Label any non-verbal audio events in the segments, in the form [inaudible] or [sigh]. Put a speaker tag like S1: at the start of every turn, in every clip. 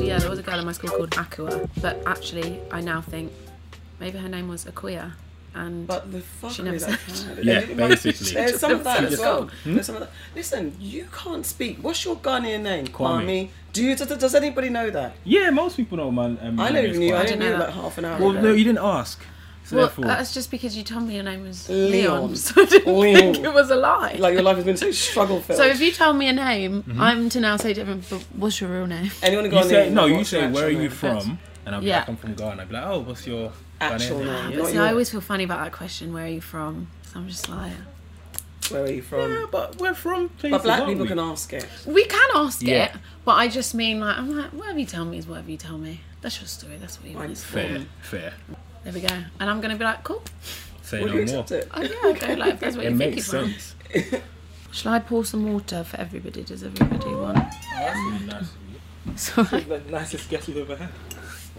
S1: my school called Akua, but actually I now think maybe her name was Akuya, and
S2: But the fuckery
S1: She never
S2: that
S1: said.
S2: child-
S3: Yeah,
S2: it- it might-
S3: basically. Hmm?
S2: There's some of that
S1: She
S2: as
S1: just-
S2: well. There's some of that. Listen, you can't speak. What's your Ghanaian name?
S3: Kwame.
S2: Kwame. Do you? Does, does anybody know that?
S3: Yeah, most people know man. Um,
S2: I don't even knew. I
S1: didn't
S2: didn't
S1: know
S2: know
S1: that.
S2: like half an hour
S3: Well,
S2: ago.
S3: no, you didn't ask. So
S1: well,
S3: therefore,
S1: that's just because you told me your name was Leon, [laughs]
S2: Leon.
S1: so I didn't
S2: Leon.
S1: think it was a lie.
S2: like uh, your life has been so struggle filled.
S1: so if you tell me a name,
S3: Mm-hmm.
S1: I'm to now say different. But what's your real name?
S2: anyone
S3: you
S2: Ghanaian,
S3: say no.
S2: like,
S3: You
S2: what's
S3: say
S2: your
S3: where are
S2: actual
S3: you
S2: name?
S3: from, and I'll be
S1: Yeah.
S3: like, I'm from Ghana. I'd be like, oh, what's your
S2: Actual
S3: Ghanaian
S2: name.
S1: But
S2: not
S1: see,
S2: your-
S1: I always feel funny about that question. Where are you from? So I'm just like,
S2: Where are you from?
S3: Yeah, but we're from places.
S2: but black
S3: aren't
S2: people
S3: we?
S2: can ask it.
S1: we can ask it,
S3: Yeah.
S1: but I just mean like, I'm like, whatever you tell me is whatever you tell me. That's your story. That's what you want.
S2: Fine.
S1: It's for.
S3: Fair, fair.
S1: There we go. And I'm gonna be like, cool.
S3: Say
S2: Would
S3: no
S2: you
S3: more.
S2: accept it?
S1: Oh yeah, okay. Like if that's what
S3: It
S1: you think you
S3: makes
S1: from.
S3: sense.
S1: Shall I pour some water for everybody? Does everybody want? [laughs] Sorry.
S3: The nicest guest we've ever had.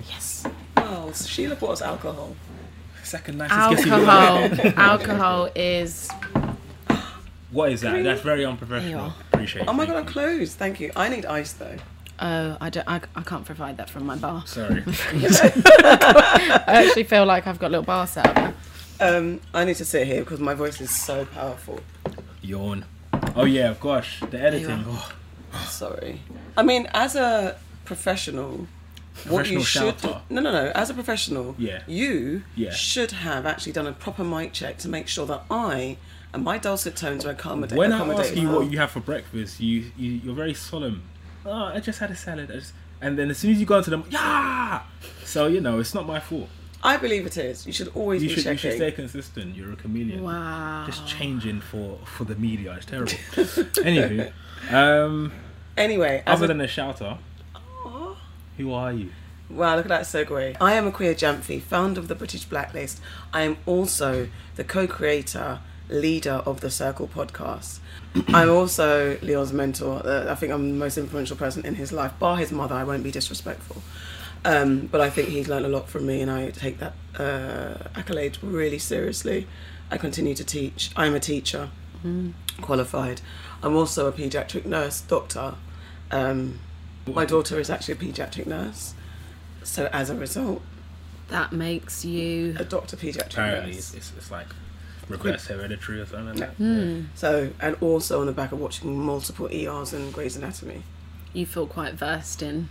S1: Yes.
S2: Wow, so Sheila bought us alcohol.
S3: Second nicest guest we've ever had.
S1: Alcohol. Alcohol is
S3: What is that?
S2: Cream.
S3: That's very
S1: There you
S3: unprofessional.
S1: are.
S3: Appreciate it.
S2: Oh my god, I'm
S3: Thank you.
S2: closed. Thank you. I need ice though.
S1: Oh, I don't. I, I can't provide that from my bar. [laughs]
S3: Sorry. [laughs]
S1: I actually feel like I've got a little bar set up. now.
S2: Um, I need to sit here because my voice is so powerful.
S3: Yawn. Oh yeah, of gosh. The
S1: are.
S3: editing. Oh,
S2: Sorry. I mean, as a professional, what you
S3: Professional
S2: should do,
S3: shouter.
S2: no, no, no. As a professional,
S3: Yeah.
S2: you
S3: Yeah.
S2: should have actually done a proper mic check to make sure that I and my dulcet tones are accommodated.
S3: when I ask you what you have for breakfast, you, you you're very solemn. Oh, I just had a salad. I just... And then as soon as you go into them, yeah. So you know, it's not my fault.
S2: I believe it is. You should always
S3: You
S2: be
S3: should you
S2: checking.
S3: should stay consistent. You're a chameleon.
S1: Wow.
S3: Just changing for for the media.
S2: [laughs]
S3: It's terrible. Anywho, um,
S2: anyway, as
S3: other
S2: a, Oh.
S3: than a shouter,
S2: Aw.
S3: who are you?
S2: Wow, look at that segue. I am a queer Jamphy, founder of the British Blacklist. I am also the co creator, leader of the Circle podcast. [clears throat] I'm also Leon's mentor. Uh, I think I'm the most influential person in his life, bar his mother. I won't be disrespectful. Um, but I think he's learned a lot from me, and I take that uh, accolade really seriously. I continue to teach. I'm a teacher, qualified. I'm also a paediatric nurse, doctor. Um, my daughter is actually a paediatric nurse. So as a result,
S1: That makes you.
S2: a doctor paediatric
S3: Apparently,
S2: nurse.
S3: it's, it's, it's like reverse hereditary or something. Like that.
S2: So and also on the back of watching multiple ERs and Grey's Anatomy,
S1: You feel quite versed in.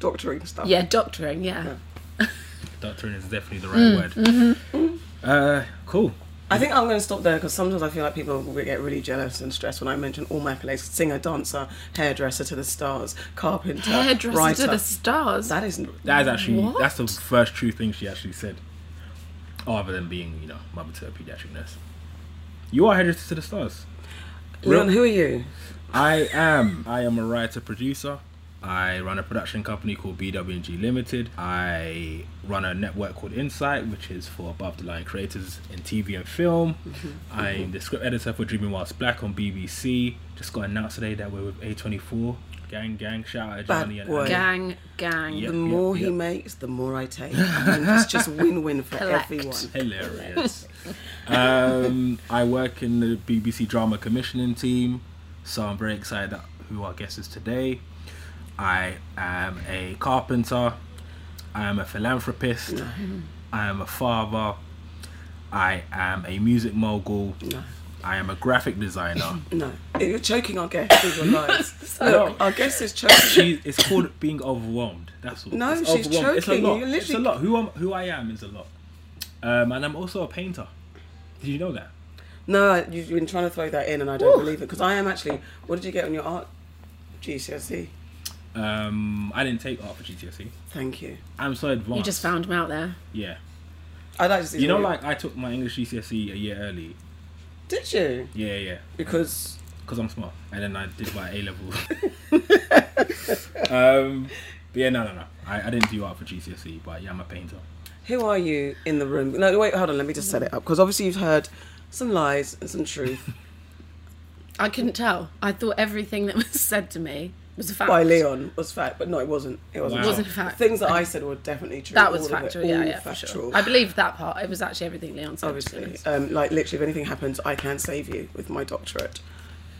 S2: doctoring stuff.
S1: Yeah, doctoring. Yeah.
S3: Doctrine is definitely the right word. Uh, cool.
S2: I think I'm going to stop there because sometimes I feel like people will get really jealous and stressed when I mention all my accolades: singer, dancer, hairdresser to the stars, carpenter,
S1: Hairdresser
S2: writer.
S1: to the stars.
S2: that is
S3: That is actually
S1: What?
S3: that's the first true thing she actually said. Oh, other than being, you know, mother to a pediatric nurse. You are headed to the stars.
S2: Leon. Who are you?
S3: I am. I am a writer producer. I run a production company called BWG Limited. I run a network called Insight, which is for above the line creators in TV and film.
S2: Mm-hmm.
S3: I'm the script editor for Dreaming Whilst Black on BBC. Just got announced today that we're with A24. Gang, gang, shout out to
S2: Bad
S3: Johnny and
S2: boy.
S3: Annie.
S1: Gang, gang.
S3: Yeah.
S2: The more he
S3: yeah.
S2: makes, the more I
S3: [laughs]
S2: take. and it's just win-win for
S1: Collect.
S2: everyone.
S3: hilarious. um, I work in the BBC drama commissioning team, so I'm very excited that who our guest is today. I am a carpenter. I am a philanthropist. I am a father. I am a music mogul.
S2: No,
S3: I am a
S2: [laughs]
S3: graphic designer.
S2: no, you're choking our guest
S3: [laughs]
S2: with your lies. Look, our guest is choking.
S3: she it's called being overwhelmed. That's all.
S2: No,
S3: it's
S2: she's
S3: overwhelmed. It's a
S2: choking.
S3: lot.
S2: You're
S3: It's a
S2: literally-
S3: lot. Who I'm, who I am is a lot. Um, and I'm also a painter. Did you know that?
S2: No, I- you've been trying to throw that in, and I don't believe it because I am actually. What did you get on your art GCSE?
S3: Um, I didn't take art for GCSE.
S2: Thank you.
S3: E. I'm so advanced.
S1: You just found him out there.
S3: Yeah.
S2: I'd like to see.
S3: You know,
S2: what
S3: like I took my English GCSE E a year early.
S2: did you?
S3: Yeah, yeah.
S2: Because
S3: Because I'm smart, and then I did my A level. [laughs] um, but yeah, no, no, no. I, I didn't do art for GCSE, E, but yeah, I'm a painter.
S2: who are you in the room? No, wait, hold on. Let me just set it up because obviously you've heard some lies and some
S3: [laughs]
S2: truth
S1: I couldn't tell. I thought everything that [laughs] was said to me was a fact.
S2: by Leon was fact, but no, it wasn't. It wasn't.
S3: Wow.
S1: It
S2: true.
S1: wasn't a fact.
S2: Things that I said were definitely true.
S1: that was
S2: all of it,
S1: factual.
S2: all
S1: yeah, yeah, for
S2: factual.
S1: sure. I believed that part. It was actually everything Leon said. to be
S2: Obviously,
S1: honest.
S2: um, like literally, if anything happens, I can save you with my doctorate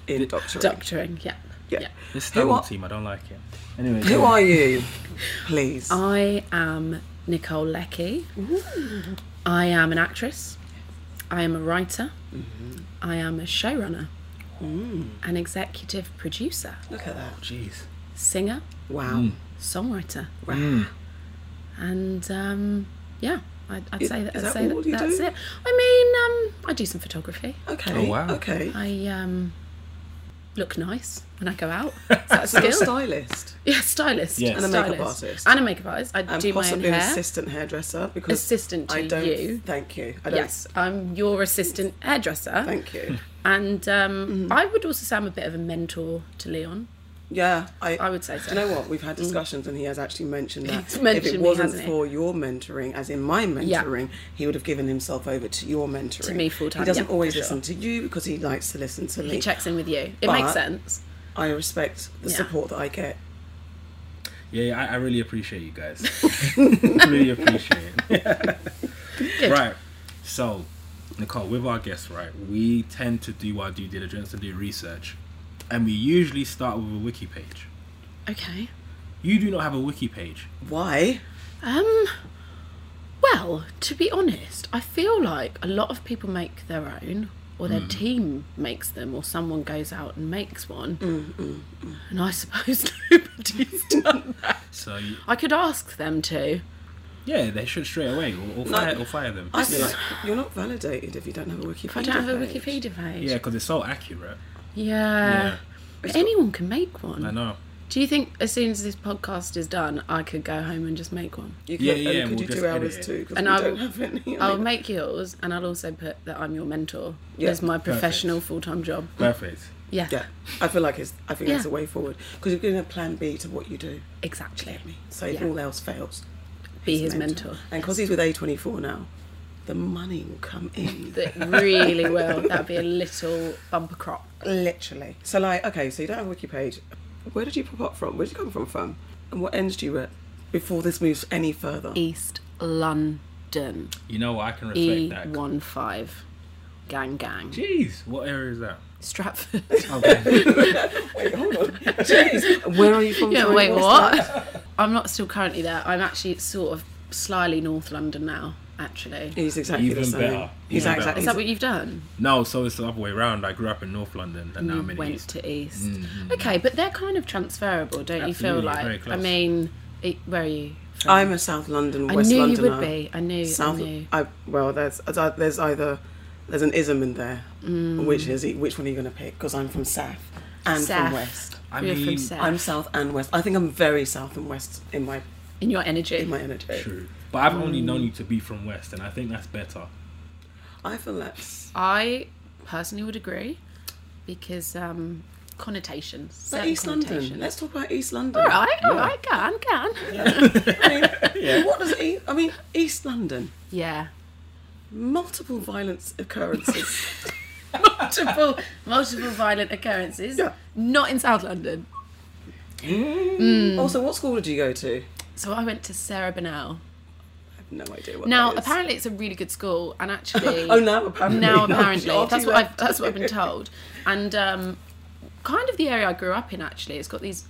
S2: in doctorate.
S1: Doctoring. Yeah.
S2: Yeah.
S1: Yeah.
S3: This
S2: Who
S3: Star Wars
S2: are-
S3: team, I don't like it. Anyway,
S2: Who
S3: go on.
S1: [laughs]
S2: are you? Please.
S1: I am Nicole Leckie. I am an actress. I am a writer.
S2: Mm-hmm.
S1: I am a showrunner. An executive producer,
S2: Look at that.
S3: Jeez.
S1: singer,
S2: Wow.
S3: Mm.
S1: songwriter,
S2: Wow.
S1: and um, yeah, I'd, I'd
S2: Is-
S1: say that.
S2: is
S1: I'd
S2: that
S1: say
S2: all
S1: that,
S2: you
S1: that's
S2: do?
S1: it. I mean, um, I do some photography.
S2: Okay.
S3: Oh, wow.
S2: Okay.
S1: I um, look nice when I go out.
S2: [laughs]
S1: Is that a
S2: So you're a
S1: skill?
S2: stylist
S1: yeah, stylist.
S3: Yes. And
S2: a makeup
S1: stylist.
S2: artist.
S1: And a makeup artist. I
S2: and
S1: do my own
S2: possibly an
S1: hair.
S2: assistant hairdresser because
S1: Assistant to
S2: I don't.
S1: you.
S2: Thank you. I don't.
S1: Yes, I'm your assistant hairdresser.
S2: Thank
S3: [laughs]
S2: you. Mm-hmm.
S1: And um, I would also say I'm a bit of a mentor to Leon.
S2: Yeah, I,
S1: I would say so.
S2: Do you know what? We've had discussions, and he has actually mentioned that
S1: He's mentioned
S2: if it
S1: me,
S2: wasn't
S1: hasn't he?
S2: for your mentoring, as in my mentoring, he would have given himself over to your mentoring.
S1: To me full-time,
S2: He doesn't
S1: yeah,
S2: always
S1: for sure.
S2: listen to you because he likes to listen to me.
S1: He checks in with you. It
S2: But-
S1: makes sense.
S2: I respect the
S1: Yeah.
S2: support that I get.
S3: Yeah, yeah I, I really appreciate you guys.
S1: [laughs]
S3: [laughs] really appreciate it.
S1: Good.
S3: [laughs] Right. So, Nicole, with our guests, right, we tend to do our due diligence and do research, and we usually start with a wiki page.
S1: Okay.
S3: You do not have a wiki page.
S2: Why?
S1: Um. Well, to be honest, I feel like a lot of people make their own, or their team makes them, or someone goes out and makes one.
S2: Mm,
S1: And I suppose [laughs] nobody's done that.
S3: So, you,
S1: I could ask them to.
S3: yeah, they should straight away or, or, fire, or fire them.
S2: I feel like you're not validated if you don't have a Wikipedia.
S1: If I don't have a
S2: page.
S1: Wikipedia page.
S3: Yeah, because it's so accurate.
S1: Yeah. But anyone can make one.
S3: I know.
S1: Do you think as soon as this podcast is done, I could go home and just make one?
S2: You
S3: Yeah,
S2: could,
S3: yeah,
S2: and
S3: yeah,
S2: could
S3: we'll
S2: you
S3: just
S2: do
S3: edit
S2: ours
S3: it.
S2: too? Because we
S1: And I
S2: don't
S1: will-
S2: have
S1: [laughs]
S2: any. I
S1: I'll
S2: mean,
S1: make yours and I'll also put that I'm your mentor
S2: Yeah.
S1: as my professional full time job.
S3: Perfect.
S1: Yeah.
S2: yeah, I feel like it's. I think that's
S1: Yeah.
S2: a way forward because you're going to have Plan B to what you do.
S1: Exactly.
S2: So if
S1: Yeah.
S2: all else fails,
S1: Be his mentor.
S2: And because he's with A24 now, the money will come
S1: [laughs]
S2: in.
S1: That really will. That'd be a little bumper crop.
S2: Literally. So, like, okay, so you don't have a wiki page. Where did you pop up from? Where did you come from, fam? And what ends do you at before this moves
S1: [laughs]
S2: any further?
S1: East London.
S3: You know what? I can respect
S1: E
S3: that.
S1: one five. Gang gang.
S3: Jeez, what area
S1: [laughs]
S3: is that?
S1: Stratford.
S3: Okay.
S2: Wait, hold on. Jeez. Where are you from?
S1: yeah,
S2: sorry,
S1: wait,
S2: what's
S3: [laughs]
S1: what? I'm not still currently there. I'm actually sort of slyly North London now, actually.
S2: that? He's exactly
S3: Even
S2: the same.
S3: better.
S2: He's
S3: Even
S2: exactly.
S1: Is that what you've done?
S3: no, so it's the other way around. I grew up in North London and now I'm in the
S1: went
S3: East.
S1: to East. Okay, but they're kind of transferable, don't you
S3: Mm, Absolutely,
S1: feel like?
S3: very
S1: I
S3: close.
S1: mean, it, where are you? From?
S2: I'm a South London,
S1: I
S2: West
S1: knew
S2: Londoner.
S1: you would be. I knew.
S2: South.
S1: I knew.
S2: I, well, there's there's either there's an ism in there.
S1: Mm.
S2: Which is he, which one are you going to pick? Because I'm from South and
S1: South.
S2: from West.
S3: I
S1: You're from
S3: mean,
S1: South.
S2: I'm South and West. I think I'm very South and West in my
S1: In your energy.
S2: in my energy.
S3: true. Mm. But I've only known you to be from West, and I think that's better.
S2: I feel that's
S1: I personally would agree because um, connotations.
S2: but
S1: certain
S2: East London.
S1: connotations.
S2: Let's talk about East London.
S1: All right, all right, can, can. [laughs]
S2: I mean, What does e- I mean? East London.
S1: Yeah.
S2: Multiple violence occurrences.
S1: Multiple, multiple violent occurrences.
S2: Yeah.
S1: Not in South London. Mm.
S2: Also, what school did you go to?
S1: So I went to Sarah Bernal.
S2: I have no idea what.
S1: Now,
S2: that is.
S1: apparently, it's a really good school,
S2: [laughs]
S1: and actually,
S2: Oh, now
S3: [laughs]
S2: apparently.
S1: now
S2: No, [laughs]
S1: apparently
S2: after
S1: that's
S2: you
S1: what I've,
S2: left.
S1: that's what I've been told, and um, kind of the area I grew up in actually. It's got these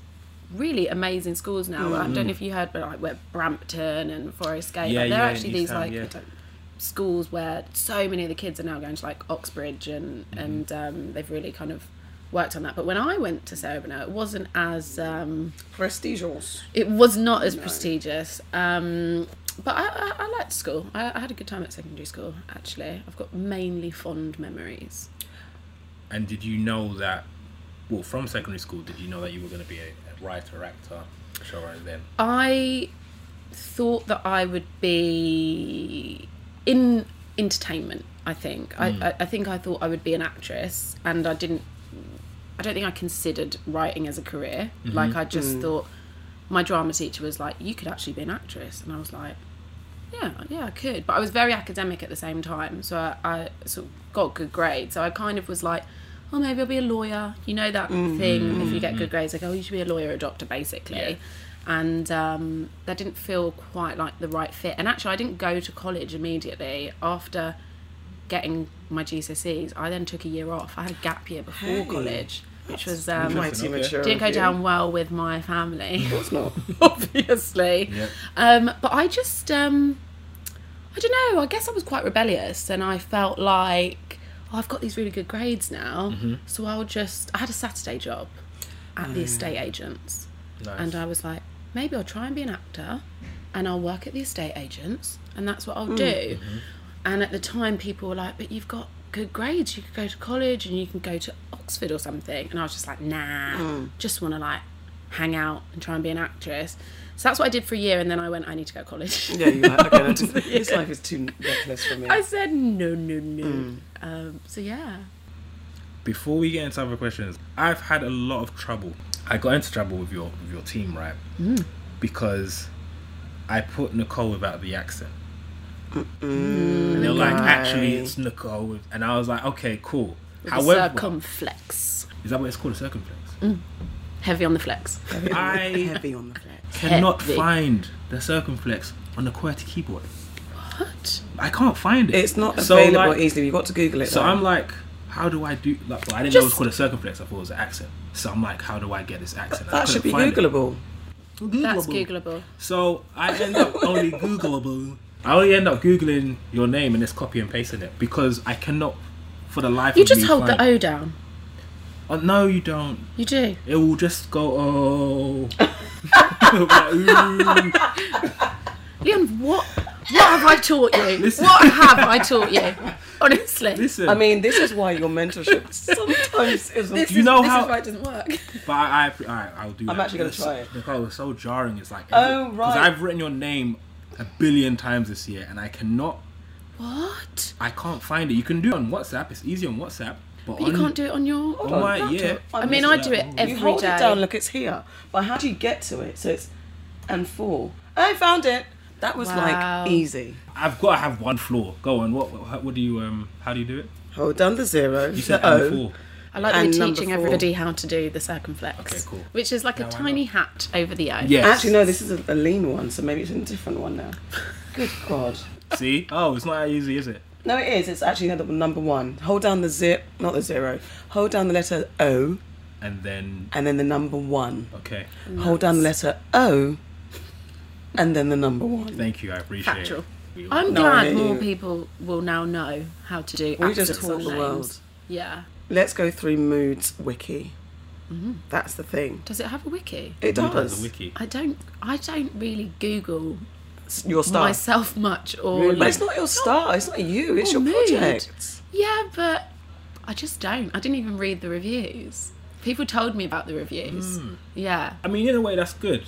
S1: really amazing schools now. I don't know if you heard, but like where Brampton and Forest Gate,
S3: Mm. Yeah,
S1: like, they're
S3: yeah, in
S1: actually
S3: East
S1: these
S3: Ham,
S1: like
S3: yeah.
S1: schools where so many of the kids are now going to like Oxbridge, and
S3: Mm-hmm.
S1: and um, they've really kind of worked on that. But when I went to Sarah Bernal, it wasn't as um,
S2: prestigious.
S1: it was not as prestigious. Um, but I, I, I liked school. I, I had a good time at secondary school, actually. I've got mainly fond memories.
S3: And did you know that? Well, from secondary school, did you know that you were going to be a, a writer, actor, showrunner? Then
S1: I thought that I would be in entertainment, I think. I, I, I think I thought I would be an actress, and I didn't. I don't think I considered writing as a career. Like, I just thought my drama teacher was like, you could actually be an actress. And I was like, yeah, yeah, I could. But I was very academic at the same time, so I, I sort of got good grades. So I kind of was like, oh, maybe I'll be a lawyer. You know that
S2: Mm-hmm.
S1: thing, if you get good grades, like, oh, you should be a lawyer or a doctor, basically.
S3: Yeah.
S1: And um, that didn't feel quite like the right fit. And actually, I didn't go to college immediately after getting my GCSEs. I then took a year off. I had a gap year before
S2: Hey.
S1: college. which was um,
S3: Interesting.
S2: Mighty
S3: okay.
S2: mature.
S1: didn't
S2: of
S1: go
S2: you.
S1: down well with my family,
S2: Of course not.
S1: [laughs] obviously.
S3: Yep.
S1: Um, but I just, um, I don't know. I guess I was quite rebellious, and I felt like oh, I've got these really good grades now, so I'll just. I had a Saturday job at the estate agents,
S3: Nice.
S1: and um, I was like, maybe I'll try and be an actor, and I'll work at the estate agents, and that's what I'll do. And at the time, people were like, but you've got good grades. You could go to college, and you can go to Oxford or something. And I was just like, nah, just want to like hang out and try and be an actress. So that's what I did for a year, and then I went, I need to go to college.
S2: [laughs] Yeah, you're like, okay, that's- this life is too reckless for me.
S1: [laughs] I said no, no, no. Um, so yeah,
S3: Before we get into other questions, I've had a lot of trouble. I got into trouble with your with your team, right?
S1: Mm.
S3: Because I put Nicole without the accent. And they're like, actually,
S2: Right.
S3: it's Nicole. with- And I was like, okay, cool.
S1: with
S3: However,
S1: the circumflex,
S3: is that what it's called? A circumflex?
S1: [laughs] heavy on the flex.
S3: I-
S2: heavy on the flex.
S3: Cannot
S1: Hectic.
S3: find the circumflex on the QWERTY keyboard.
S1: What?
S3: I can't find it.
S2: It's not
S3: So,
S2: available
S3: like-
S2: easily. You've got to Google it.
S3: So
S2: though.
S3: I'm like, how do I do? Like, well, I didn't know it was
S1: Just-
S3: called a circumflex. I thought it was an accent. So I'm like, how do I get this accent? I
S2: that should be
S3: couldn't find it.
S2: Googleable.
S1: That's
S3: Googleable.
S1: Googleable.
S3: So I end up only Googleable. I only end up googling your name and just copy and pasting it because I cannot, for the life
S1: You
S3: of
S1: just
S3: me,
S1: hold
S3: find
S1: the O down.
S3: Oh, no, you don't.
S1: You do.
S3: It will
S1: [laughs]
S3: just [laughs] go. Oh.
S1: Leon, what? What have I taught you?
S3: Listen.
S1: What have I taught you? Honestly,
S3: Listen,
S2: I mean, this is why your
S1: [laughs]
S2: mentorship sometimes isn't.
S1: this,
S3: you
S1: is,
S3: know
S1: this
S3: how-
S1: is why it doesn't work.
S3: but I, I, alright, I'll do.
S2: I'm
S3: that.
S2: actually gonna
S3: It's-
S2: try it.
S3: Nicole, it's so jarring. It's like
S2: Oh,
S3: because
S2: right.
S3: I've written your name a billion times this year, and I cannot.
S1: What?
S3: I can't find it. You can do it on WhatsApp. It's easy on WhatsApp, but,
S1: But
S3: on,
S1: you can't do it on your.
S3: on my
S2: laptop.
S3: yeah.
S1: I mean, I do it every day.
S2: you hold it down, look, it's here. But how do you get to it? So it's and four. I found it. That was
S1: Wow.
S2: like easy.
S3: I've got to have one floor. Go on. What? What, what do you? Um. How do you do it?
S2: Hold down the zero.
S3: You said
S2: the
S3: and
S2: O.
S3: four.
S1: I like that
S2: And
S1: you're
S2: number
S1: teaching
S2: four.
S1: everybody how to do the circumflex,
S3: Okay, cool.
S1: which is like
S3: Now
S1: a
S3: I
S1: tiny hat over the O.
S3: Yes.
S2: Actually, no, this is a, a lean one, so maybe it's a different one now. Good God.
S3: See? Oh, it's not that easy, is it?
S2: No, it is. It's actually the number one. Hold down the zip, not the zero. Hold down the letter O
S3: And then
S2: and then the number one.
S3: okay.
S2: Hold down the letter O and then the number one.
S3: Thank you. I appreciate
S1: Factual.
S3: it.
S1: I'm
S2: No, I
S1: glad
S2: hear
S1: more
S2: you.
S1: people will now know how to do.
S2: We just
S1: accents
S2: taught
S1: and
S2: the
S1: names.
S2: world.
S1: Yeah.
S2: Let's go through Moods Wiki. That's the thing.
S1: Does it have a wiki?
S2: It
S3: Who does
S2: does.
S3: the wiki.
S1: I don't. I don't really Google
S2: It's Your star.
S1: myself much, or
S3: Really?
S2: But
S1: like,
S2: it's not Oh, your star. It's not you. It's your
S1: Or mood.
S2: project.
S1: yeah, but I just don't. I didn't even read the reviews. People told me about the reviews. Yeah.
S3: I mean, in a way, that's good.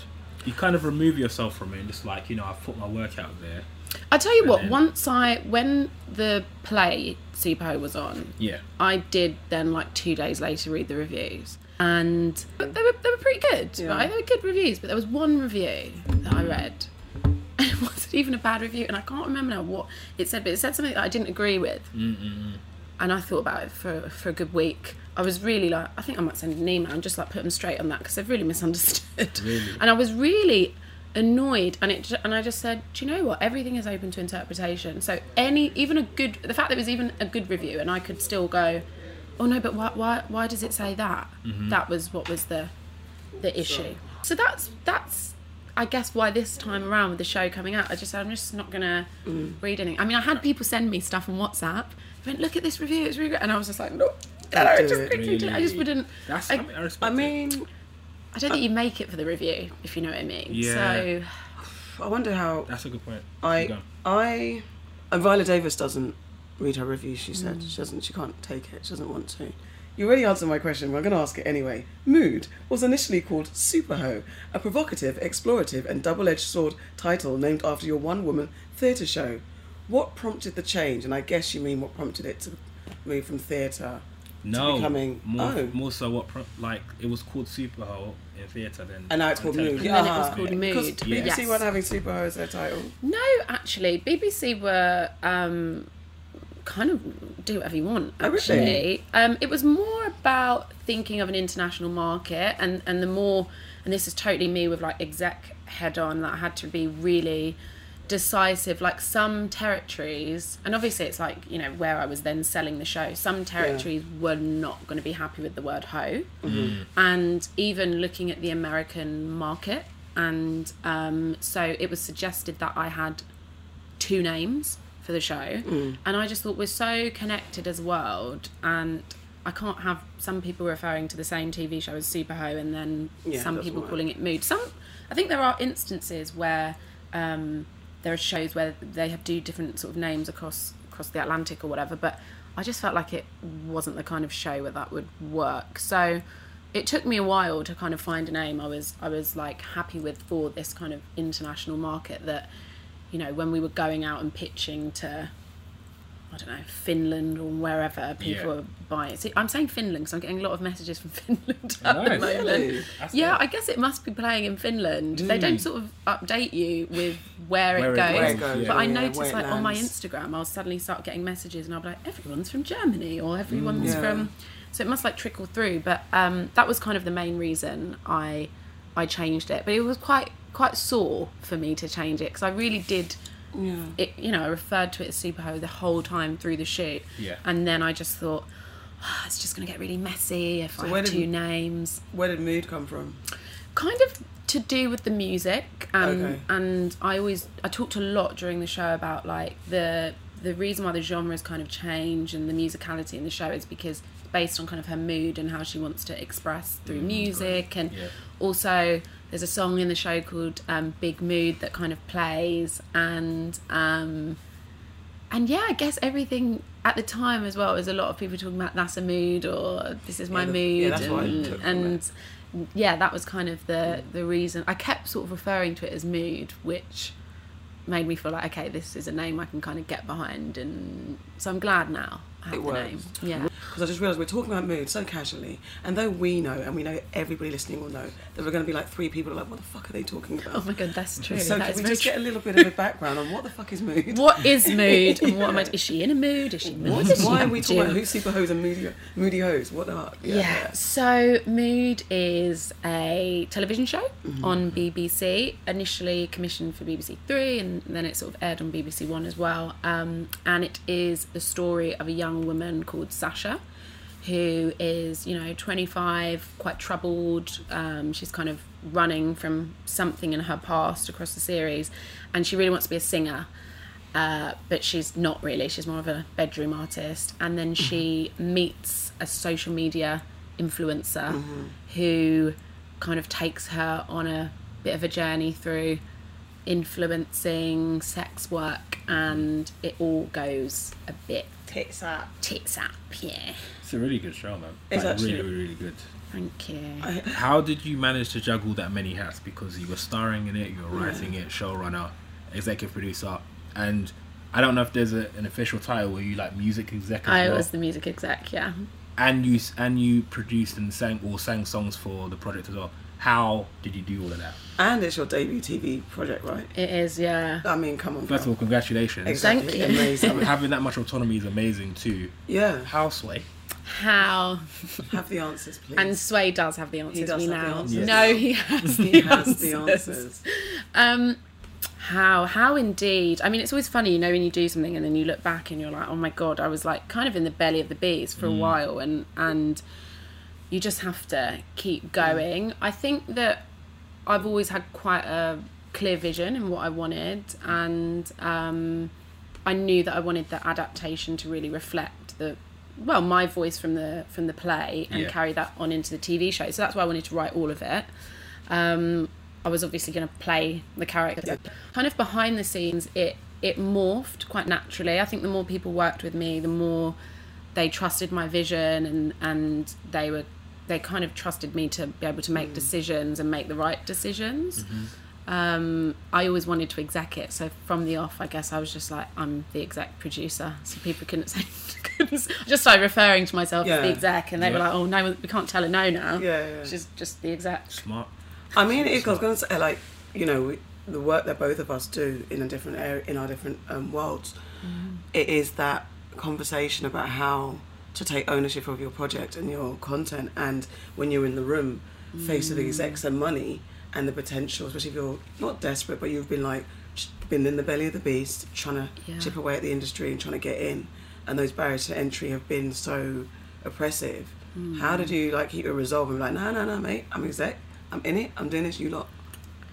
S3: You kind of remove yourself from it and just like, you know, I've put my work out there.
S1: I tell you what.
S3: Brilliant.
S1: Once I, when the play Supo was on,
S3: Yeah.
S1: I did then like two days later read the reviews, and but they were they were pretty good. Right? They were good reviews, but there was one review that I read, [laughs] and it wasn't even a bad review, and I can't remember now what it said, but it said something that I didn't agree with, mm and I thought about it for for a good week. I was really like, I think I might send an email and just like put them straight on that because they've really misunderstood,
S3: Really?
S1: and I was really annoyed and it and I just said do you know what everything is open to interpretation so any even a good the fact that it was even a good review and I could still go oh no but why why, why does it say that that was what was the the issue so that's that's I guess why this time around with the show coming out I just said I'm just not gonna
S2: Mm.
S1: read anything I mean I had people send me stuff on WhatsApp they went look at this review it's really good and I was just like no no,
S2: Don't do
S1: just
S2: it,
S1: quickly do it. I just
S3: really.
S1: wouldn't
S3: That's. I,
S1: I-
S3: mean, I,
S2: I
S3: respect it.
S2: mean,
S1: I don't
S2: Uh,
S1: think you make it for the review if you know what I mean
S3: Yeah.
S1: so
S2: I wonder how
S3: that's a good point. Keep
S2: I,
S3: going.
S2: I, and Viola Davis doesn't read her reviews. She said she doesn't. She can't take it. She doesn't want to. You already answered my question, but I'm going to ask it anyway. Mood was initially called Superho, a provocative, explorative, and double-edged sword title named after your one-woman theatre show. What prompted the change? And I guess you mean what prompted it to move from theatre.
S3: no,
S2: becoming-
S3: more,
S2: oh.
S3: more so what pro- like it was called Superhole in theatre then.
S2: And now it's
S3: on
S2: called
S3: television.
S2: Mood.
S1: And then it was
S2: Ah.
S1: called
S2: Because
S1: Mood.
S2: BBC
S1: Yes.
S2: weren't having Superho as their title.
S1: No, actually, BBC were um, kind of do whatever you want.
S2: Oh, really?
S1: Actually, um, it was more about thinking of an international market, and and the more, and this is totally me with like exec head on. That I had to be really decisive like some territories and obviously it's like you know where i was then selling the show some territories were not going to be happy with the word ho and even looking at the american market and um, so it was suggested that i had two names for the show
S2: Mm.
S1: and i just thought we're so connected as a world and i can't have some people referring to the same tv show as super ho and then
S2: Yeah,
S1: some
S2: doesn't
S1: people
S2: work.
S1: calling it mood some i think there are instances where um, there are shows where they have do different sort of names across across the atlantic or whatever but i just felt like it wasn't the kind of show where that would work so it took me a while to kind of find a name i was i was like happy with for this kind of international market that you know, when we were going out and pitching to, I don't know, Finland or wherever people
S3: Yeah.
S1: were buying. See, I'm saying Finland because I'm getting a lot of messages from [laughs] Finland at the
S3: Nice.
S1: moment.
S2: Really?
S3: That's
S1: Yeah,
S3: it.
S1: I guess it must be playing in Finland. They don't sort of update you with where,
S3: Where
S1: it,
S3: it
S1: goes.
S3: goes, Where it goes,
S1: But I
S2: yeah, where
S1: noticed,
S2: it
S1: like, on my
S2: lands.
S1: Instagram, I'll suddenly start getting messages and I'll be like, everyone's from Germany or everyone's
S2: Hmm. Yeah.
S1: from. So it must like trickle through. But um, that was kind of the main reason I I changed it. But it was quite quite sore for me to change it because I really did
S2: Yeah.
S1: it you know i referred to it as super ho the whole time through the shoot
S3: Yeah.
S1: and then i just thought "Ah, it's just going to get really messy if i
S2: where
S1: have
S2: did-
S1: two names
S2: Where did mood come from?
S1: kind of to do with the music um,
S2: Okay.
S1: and i always i talked a lot during the show about like the the reason why the genres kind of change and the musicality in the show is because it's based on kind of her mood and how she wants to express through music and
S3: Yeah.
S1: also there's a song in the show called um, big mood that kind of plays and um, and yeah i guess everything at the time as well was a lot of people talking about that's a mood or this is my
S2: Yeah, the-
S1: mood
S2: yeah, that's what I
S1: and,
S2: took from
S1: and yeah that was kind of the the reason i kept sort of referring to it as mood which made me feel like okay this is a name i can kind of get behind and so i'm glad now i have
S2: It
S1: the
S2: works.
S1: name yeah
S2: Because I just realised we're talking about mood so casually, and though we know, and we know everybody listening will know, there are going to be like three people like, what the fuck are they talking about?
S1: oh my god that's true
S2: [laughs] so
S1: That
S2: can
S1: is
S2: we
S1: very
S2: just get a little bit of a background on what the fuck is mood?
S1: What is [laughs] mood? And what am I? Is she in a mood? Is she? What does she
S2: [laughs] Why are we talking
S1: do?
S2: about who's super hoes and moody, moody hoes? What the fuck?
S1: Yeah. So Mood is a television show on BBC, initially commissioned for BBC Three, and then it sort of aired on BBC One as well. Um, and it is the story of a young woman called Sasha, who is you know 25, quite troubled. Um, she's kind of running from something in her past across the series, and she really wants to be a singer uh, but she's not really. She's more of a bedroom artist. And then
S2: Mm-hmm.
S1: she meets a social media influencer
S2: Mm-hmm.
S1: who kind of takes her on a bit of a journey through influencing sex work, and it all goes a bit
S2: Tits up.
S1: tits up. Yeah,
S3: It's a really good show, man.
S2: It's
S3: Like,
S2: actually-
S3: really, really, really good.
S1: thank you.
S3: How did you manage to juggle that many hats? Because you were starring in it, you were writing it, showrunner, executive producer, and I don't know if there's a, an official title where you like music executive.
S1: I was the music exec. Yeah.
S3: and you s- and you produced and sang or sang songs for the project as well. How did you do all of that?
S2: [laughs] And it's your debut TV project, right?
S1: It is, yeah.
S2: I mean, come on.
S3: First of
S2: girl.
S3: all, congratulations.
S2: exactly.
S1: Thank you.
S2: Amazing.
S3: Having that much autonomy is amazing too.
S2: [laughs] yeah.
S3: Houseway.
S1: How
S2: Have the answers, please.
S1: and Sway does have the answers.
S2: does
S1: we
S2: have the
S1: now.
S2: answers.
S1: No, he has. The
S2: he has
S1: [laughs]
S2: the answers.
S1: Um, how how indeed? I mean, it's always funny, you know, when you do something and then you look back and you're like, oh my god, I was like kind of in the belly of the beast for a while, and and you just have to keep going. I think that I've always had quite a clear vision in what I wanted, and um, I knew that I wanted the adaptation to really reflect the well my voice from the from the play and
S3: Yeah.
S1: carry that on into the TV show. So that's why I wanted to write all of it. Um, I was obviously going to play the character. Kind of behind the scenes, it it morphed quite naturally. I think the more people worked with me, the more they trusted my vision and and they were they kind of trusted me to be able to
S2: Mm.
S1: make decisions and make the right decisions.
S2: Mm-hmm.
S1: Um, I always wanted to exec it, so from the off, I guess I was just like, I'm the exec producer, so people couldn't say. [laughs] couldn't s- I just started referring to myself as the
S2: Yeah.
S1: exec, and they were
S3: Yeah.
S1: like, "Oh no, we can't tell her no now."
S2: Yeah, yeah.
S1: she's just the exec.
S3: Smart.
S2: I mean, it, 'cause I was going to say, like, you know, we, the work that both of us do in a different area, in our different um, worlds, it is that conversation about how to take ownership of your project and your content, and when you're in the room, face of execs and money and the potential, especially if you're not desperate, but you've been like, ch- been in the belly of the beast, trying to
S1: Yeah.
S2: chip away at the industry and trying to get in, and those barriers to entry have been so oppressive.
S1: Hmm.
S2: How did you like keep your resolve and be like, no, no, no, mate, I'm exec, I'm in it, I'm doing this, you lot,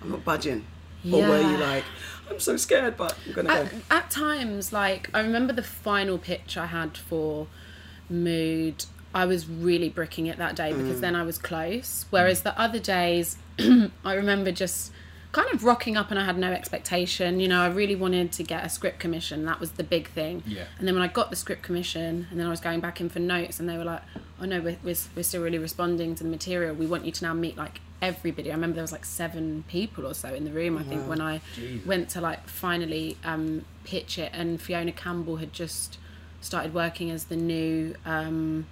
S2: I'm not budging. Or were you
S1: Yeah.
S2: like, I'm so scared, but I'm gonna
S1: at,
S2: go.
S1: at times like i remember the final pitch i had for mood i was really bricking it that day because then i was close whereas the other days [clears throat] i remember just kind of rocking up and i had no expectation you know i really wanted to get a script commission that was the big thing
S3: Yeah.
S1: and then when i got the script commission and then i was going back in for notes and they were like oh no we're, we're, we're still really responding to the material we want you to now meet like everybody i remember there was like seven people or so in the room i think when i
S3: Jesus.
S1: went to like finally um, pitch it, and Fiona Campbell had just started working as the new, um,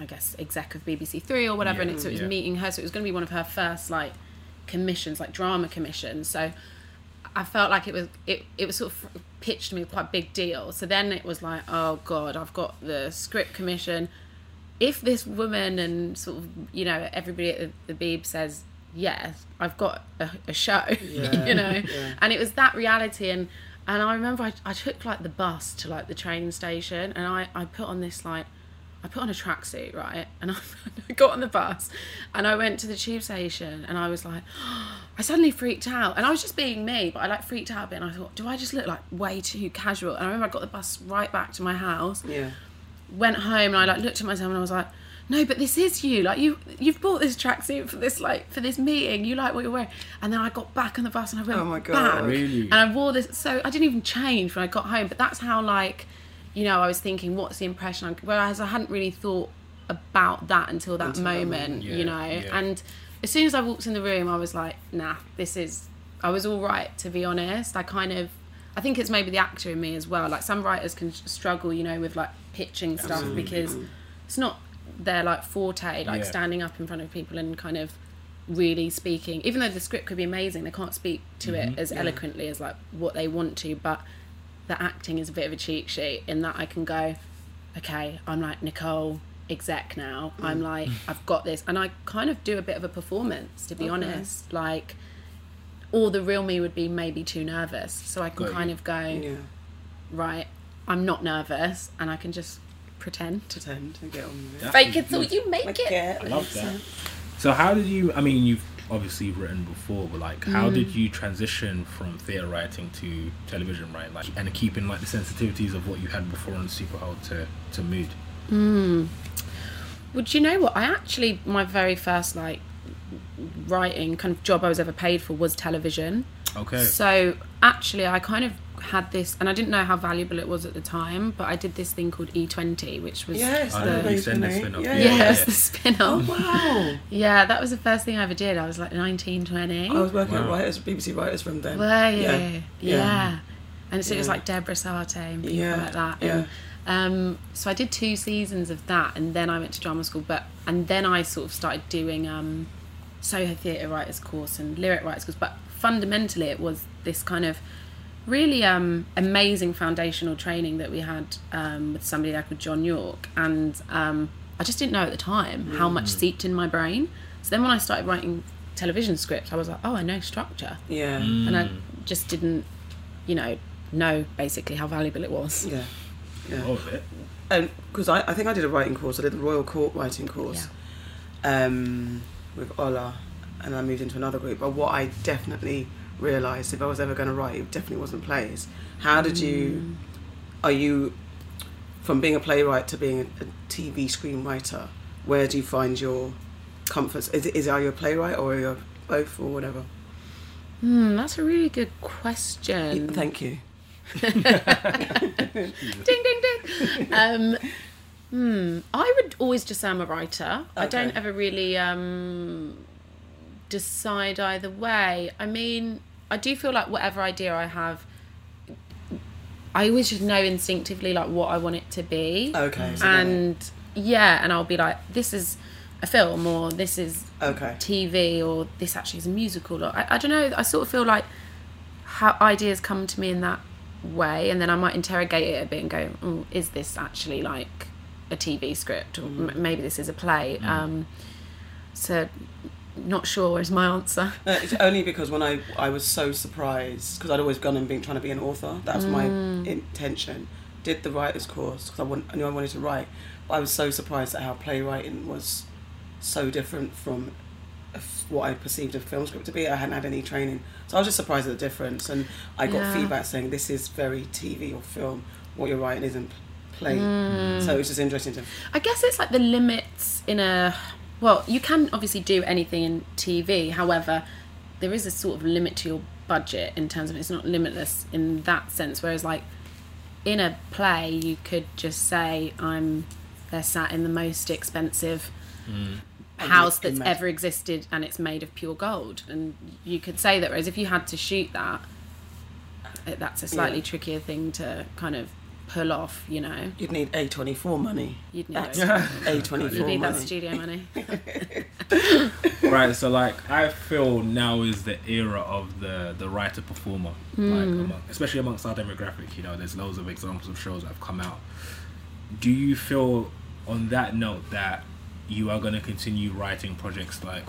S1: I guess, exec of BBC Three or whatever, and
S3: Yeah.
S1: it, so it was
S3: Yeah.
S1: meeting her, so it was going to be one of her first like commissions, like drama commissions. So I felt like it was it it was sort of pitched to me quite a big deal. So then it was like, oh god, I've got the script commission. If this woman and sort of you know everybody at the, the Beeb says yes, I've got a, a show, [laughs]
S2: Yeah.
S1: you know,
S2: Yeah.
S1: and it was that reality and and I remember I, I took like the bus to like the train station and I I put on this like I put on a tracksuit right [laughs] and I, I got on the bus and I went to the tube station and I was like [gasps] I suddenly freaked out and I was just being me but I like freaked out a bit and I thought do I just look like way too casual and I remember I got the bus right back to my house
S2: Yeah.
S1: went home and I like looked at myself and I was like, no, but this is you. Like you, you've bought this tracksuit for this like for this meeting. You like what you're wearing. And then I got back on the bus and I went
S2: Oh my God.
S1: back
S3: Really?
S1: and I wore this. So I didn't even change when I got home. But that's how like, you know, I was thinking, what's the impression? I'm, whereas I hadn't really thought about that until that
S2: Until that
S1: moment.
S2: moment,
S1: you
S3: yeah,
S1: know.
S3: yeah.
S1: And as soon as I walked in the room, I was like, nah, this is. I was all right to be honest. I kind of. I think it's maybe the actor in me as well. Like some writers can struggle, you know, with like pitching stuff
S3: Absolutely.
S1: because it's not their like forte, like
S3: Yeah.
S1: standing up in front of people and kind of really speaking. Even though the script could be amazing, they can't speak to it
S3: Mm-hmm.
S1: as eloquently as like what they want to. But the acting is a bit of a cheat sheet in that I can go, okay, I'm like Nicole exec now.
S3: Mm.
S1: I'm like I've got this, and I kind of do a bit of a performance to be
S2: Okay.
S1: honest, like. Or the real me would be maybe too nervous, so I can
S3: Got you.
S1: kind of go
S2: Yeah.
S1: right, I'm not nervous and I can just pretend.
S2: Pretend and get on with it.
S3: That's
S1: Fake it till
S3: good.
S1: you make it.
S3: I love that. So how did you? I mean, you've obviously written before, but like,
S1: Mm.
S3: how did you transition from theatre writing to television writing, like, and keeping like the sensitivities of what you had before on Superhold to to mood?
S1: Well, do you know what? I actually, my very first like writing kind of job I was ever paid for was television.
S3: Okay.
S1: So actually, I kind of had this, and I didn't know how valuable it was at the time, but I did this thing called E20, which was
S2: Yes,
S3: I
S2: I
S1: the.
S2: know
S3: don't know.
S1: [laughs]
S2: you
S3: send
S2: can
S3: this
S2: do.
S3: thing up.
S2: Yeah. Oh,
S1: Yeah,
S3: Yeah,
S1: it was
S3: yeah.
S1: the spin off.
S2: Wow.
S1: Yeah, that was the first thing I ever did. I was like 19, 20.
S2: I was working at
S3: Wow.
S2: writers, BBC writers from then.
S1: Were you?
S2: Yeah.
S1: Yeah.
S2: Yeah.
S1: And so it was
S2: Yeah.
S1: like Deborah Sarte and people
S2: Yeah,
S1: like that.
S2: yeah.
S1: And, um, so I did two seasons of that, and then I went to drama school. But and then I sort of started doing um, Soho Theatre Writers course and Lyric Writers course. But fundamentally, it was this kind of really um, amazing foundational training that we had um, with somebody there called John York, and um, I just didn't know at the time how much
S2: Mm.
S1: seeped in my brain. So then when I started writing television scripts, I was like, oh, I know structure
S2: Yeah.
S3: Hmm. Mm.
S1: and I just didn't, you know, know basically how valuable it was.
S2: Yeah. Yeah.
S3: All of it.
S2: And because Um, I, I think I did a writing course, I did the Royal Court writing course um, with Ola, and I moved into another group. But what I definitely realised, if I was ever going to write, it definitely wasn't plays. How did you? Are you from being a playwright to being a, a TV screenwriter? Where do you find your comforts? Is it is are you a playwright or are you both or whatever?
S1: Hmm, that's a really good question.
S2: Thank you.
S1: [laughs] ding ding ding. um, hmm, I would always just say I'm a writer. I don't
S2: Okay.
S1: ever really um, decide either way. I mean, I do feel like whatever idea I have, I always just know instinctively like what I want it to be.
S2: Okay. so then-
S1: And yeah, and I'll be like, this is a film or this is
S2: okay.
S1: TV or this actually is a musical. Or, I, I don't know. I sort of feel like how ideas come to me in that way, and then I might interrogate it a bit and go, oh, "Is this actually like a TV script, or m- maybe this is a play?" Um, so Not sure is my answer.
S2: Uh, it's only because when I, I was so surprised because I'd always gone and been trying to be an author. That was my
S1: Mm.
S2: intention. Did the writer's course because I, want- I knew I wanted to write. But I was so surprised at how playwriting was so different from f- what I perceived a film script to be. I hadn't had any training, so I was just surprised at the difference. And I got
S1: Yeah.
S2: feedback saying this is very TV or film. What you're writing isn't play.
S1: Mm.
S2: So it was just interesting to
S1: I guess it's like the limits in a well, you can obviously do anything in TV. However, there is a sort of limit to your budget in terms of it's not limitless in that sense. Whereas like in a play, you could just say I'm they're sat in the most expensive house
S2: Mm. And
S1: that's
S2: ma-
S1: ever existed and it's made of pure gold and you could say that whereas if you had to shoot that it- that's a slightly
S2: Yeah.
S1: trickier thing to kind of pull off you know
S2: You'd need A24 money.
S1: You'd need
S2: That's
S1: those.
S2: A24
S1: you need that
S2: money.
S1: studio money
S3: right so like i feel now is the era of the the writer performer like among, especially amongst our demographic you know there's loads of examples of shows that have come out do you feel on that note that you are going to continue writing projects like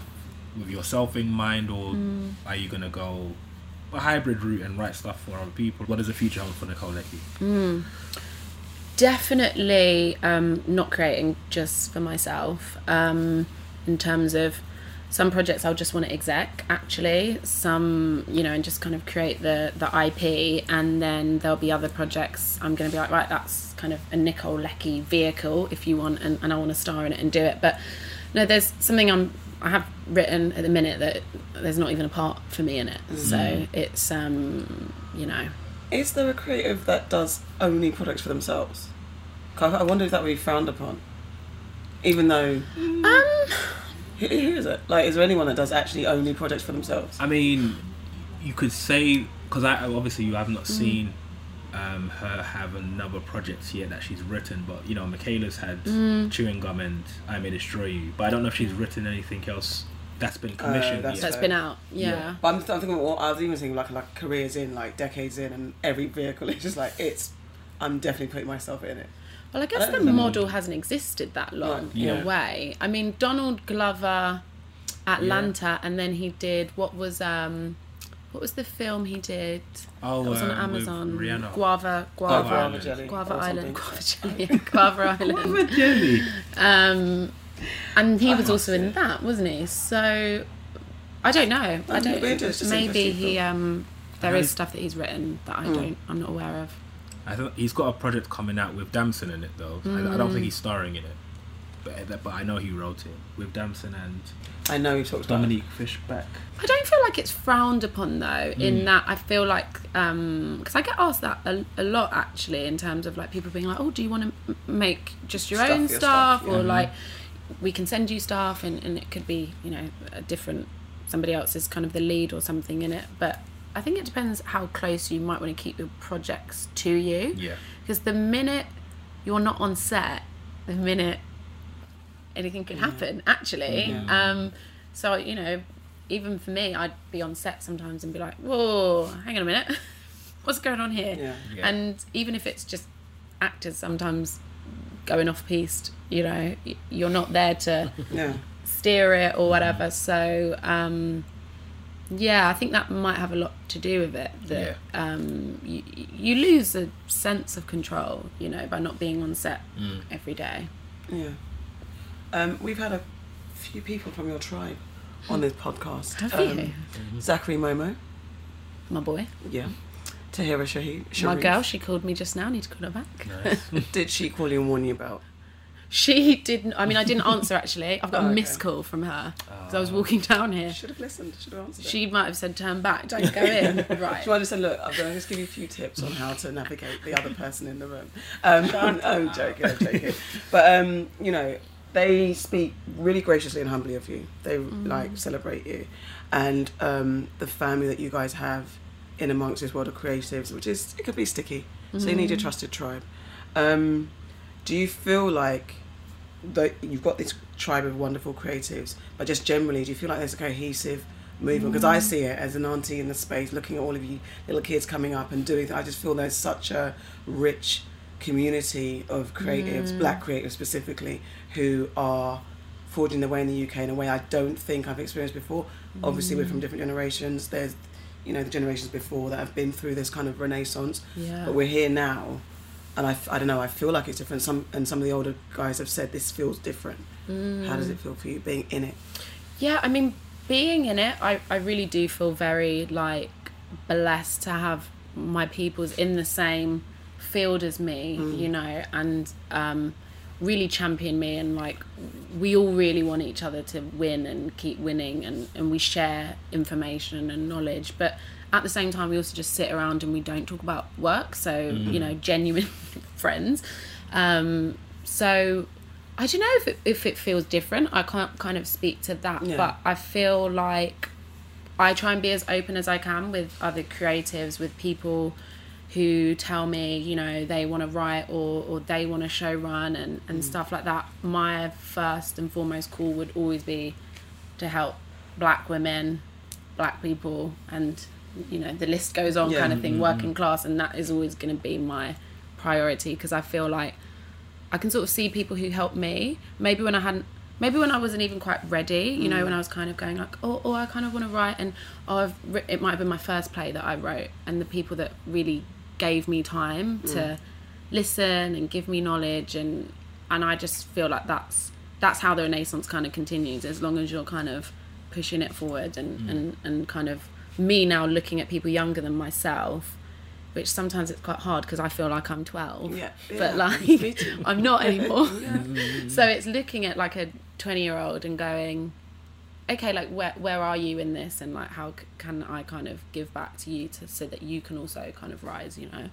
S3: with yourself in mind or are you going to go a hybrid route and write stuff for other people what does the future hold for nicole Leckie?
S1: definitely um, not creating just for myself um, in terms of some projects I'll just want to exec actually some you know and just kind of create the the IP and then there'll be other projects I'm going to be like right that's kind of a Nicole Lecky vehicle if you want and, and I want to star in it and do it but no there's something I'm I have written at the minute that there's not even a part for me in it so it's um you know
S2: Is there a creative that does only products for themselves? 'Cause I I wonder if that would be frowned upon. Even though,
S1: um
S2: who, who is it? Like, is there anyone that does actually only products for themselves?
S3: I mean, you could say because I obviously you have not
S1: Mm.
S3: seen um, her have another project yet that she's written, but you know Michaela's had
S1: Mm.
S3: chewing gum and I may destroy you, but I don't know if she's written anything else that's been commissioned.
S2: that's
S3: yet.
S1: that's been out yeah.
S2: But I'm, th- I'm thinking, well, I was even thinking like like careers in, like decades in, and every vehicle [laughs] is just like it's. I'm definitely putting myself in it.
S1: Well, I
S2: I
S1: guess
S2: don't
S1: the
S2: remember.
S1: model hasn't existed that long in
S3: Yeah.
S1: a way. I mean, Donald Glover, Atlanta, and then he did what was um, what was the film he did?
S3: Oh,
S1: that was on
S3: um, with
S1: Amazon.
S3: Rihanna.
S1: Guava,
S2: Oh, Guava,
S1: Guava,
S3: Island.
S2: jelly
S1: Guava
S2: or
S1: Island, Guava Jelly,
S2: something.
S1: yeah, [laughs] Guava Island.
S3: Jelly.
S1: Um, and he was also in that, wasn't he? So I don't know. I
S2: That'd be
S1: don't.
S2: interesting,
S1: Maybe
S2: interesting
S1: he um, there
S3: Mhm.
S1: is stuff that he's written that I don't. I'm not aware of.
S3: I think he's got a project coming out with Damson in it though. I, I don't
S1: Mm.
S3: think he's starring in it, but but I know he wrote it with Damson and
S2: I know we've talked about.
S3: Dominique Fishback.
S1: I don't feel like it's frowned upon though.
S2: Mm.
S1: In that, I feel like because I get asked that a, a lot actually in terms of like people being like, "Oh, do you want to make just your
S2: Stuff
S1: own
S2: your
S1: stuff?"
S2: stuff,
S1: or like, "We can send you stuff," and and it could be you know a different somebody else is kind of the lead or something in it. But I think it depends how close you might want to keep your projects to you.
S3: Yeah.
S1: Because the minute you're not on set, the minute anything can happen, actually. Um, so, you know, even for me, I'd be on set sometimes and be like, whoa, hang on a minute. [laughs] What's going on here?
S2: Yeah.
S3: Yeah.
S1: And even if it's just actors sometimes going off piste, you know, y- you're not there to
S2: Yeah.
S1: steer it or whatever. So, um, yeah, I think that might have a lot to do with it. That um, you, you lose a sense of control, you know, by not being on set
S3: Mm.
S1: [laughs] every day.
S2: Yeah. Um, we've had a few people from your tribe on this podcast.
S1: Have
S2: um, Zachary Momo.
S1: My boy,
S2: Yeah. Tahira Shahi.
S1: my
S2: Sharif.
S1: girl, she called me just now. Need to call her back.
S3: Nice.
S2: [laughs] Did she call you and warn you about?
S1: She didn't. I mean, I didn't answer actually. I've got
S2: Oh,
S1: a
S2: okay. Oh.
S1: missed call from her because I was walking down here.
S2: Should have listened. Should have answered.
S1: She might have said, "Turn back, don't go in." [laughs] right.
S2: She might have said, "Look, I'm going to just give you a few tips on how to navigate the other person in the room." Um, [laughs] I'm, I'm joking. I'm joking. But um, you know, they speak really graciously and humbly of you. They
S1: Mm-hmm.
S2: like celebrate you, and um, the family that you guys have in amongst this world of creatives, which is it could be sticky. So you need
S1: Mm.
S2: your trusted tribe. Um, do you feel like that you've got this tribe of wonderful creatives, but just generally, do you feel like there's a cohesive movement? Because I see it as an auntie in the space, looking at all of you little kids coming up and doing. I just feel there's such a rich community of creatives, black creatives specifically, who are forging their way in the UK in a way I don't think I've experienced before. Obviously, we're from different generations. There's, you know, the generations before that have been through this kind of renaissance,
S1: Yeah.
S2: but we're here now, and I, f- I don't know. I feel like it's different. Some and some of the older guys have said this feels different.
S1: Mm.
S2: How does it feel for you being in it?
S1: yeah i mean being in it I, I really do feel very like blessed to have my peoples in the same field as me you know and um really champion me and like we all really want each other to win and keep winning and and we share information and knowledge but at the same time we also just sit around and we don't talk about work so you know genuine [laughs] friends um so I don't know if it, if it feels different. I can't kind of speak to that,
S2: Yeah.
S1: but I feel like I try and be as open as I can with other creatives, with people who tell me, you know, they want to write or, or they want to show run and, and stuff like that. My first and foremost call would always be to help black women, black people, and, you know, the list goes on
S2: Yeah.
S1: kind of thing, working class. And that is always going to be my priority because I feel like I can sort of see people who helped me. Maybe when I hadn't, maybe when I wasn't even quite ready, you know, when I was kind of going like, oh, oh I kind of want to write, and oh, I've writ- it might have been my first play that I wrote, and the people that really gave me time to listen and give me knowledge, and and I just feel like that's that's how the Renaissance kind of continues, as long as you're kind of pushing it forward and and and kind of me now looking at people younger than myself which sometimes it's quite hard because I feel like I'm 12
S2: Yeah,
S1: but
S2: yeah, me
S1: like [laughs] I'm not
S2: [laughs]
S1: anymore. so it's looking at like a 20 year old and going, okay, like where where are you in this, and like how c- can I kind of give back to you to so that you can also kind of rise, you know?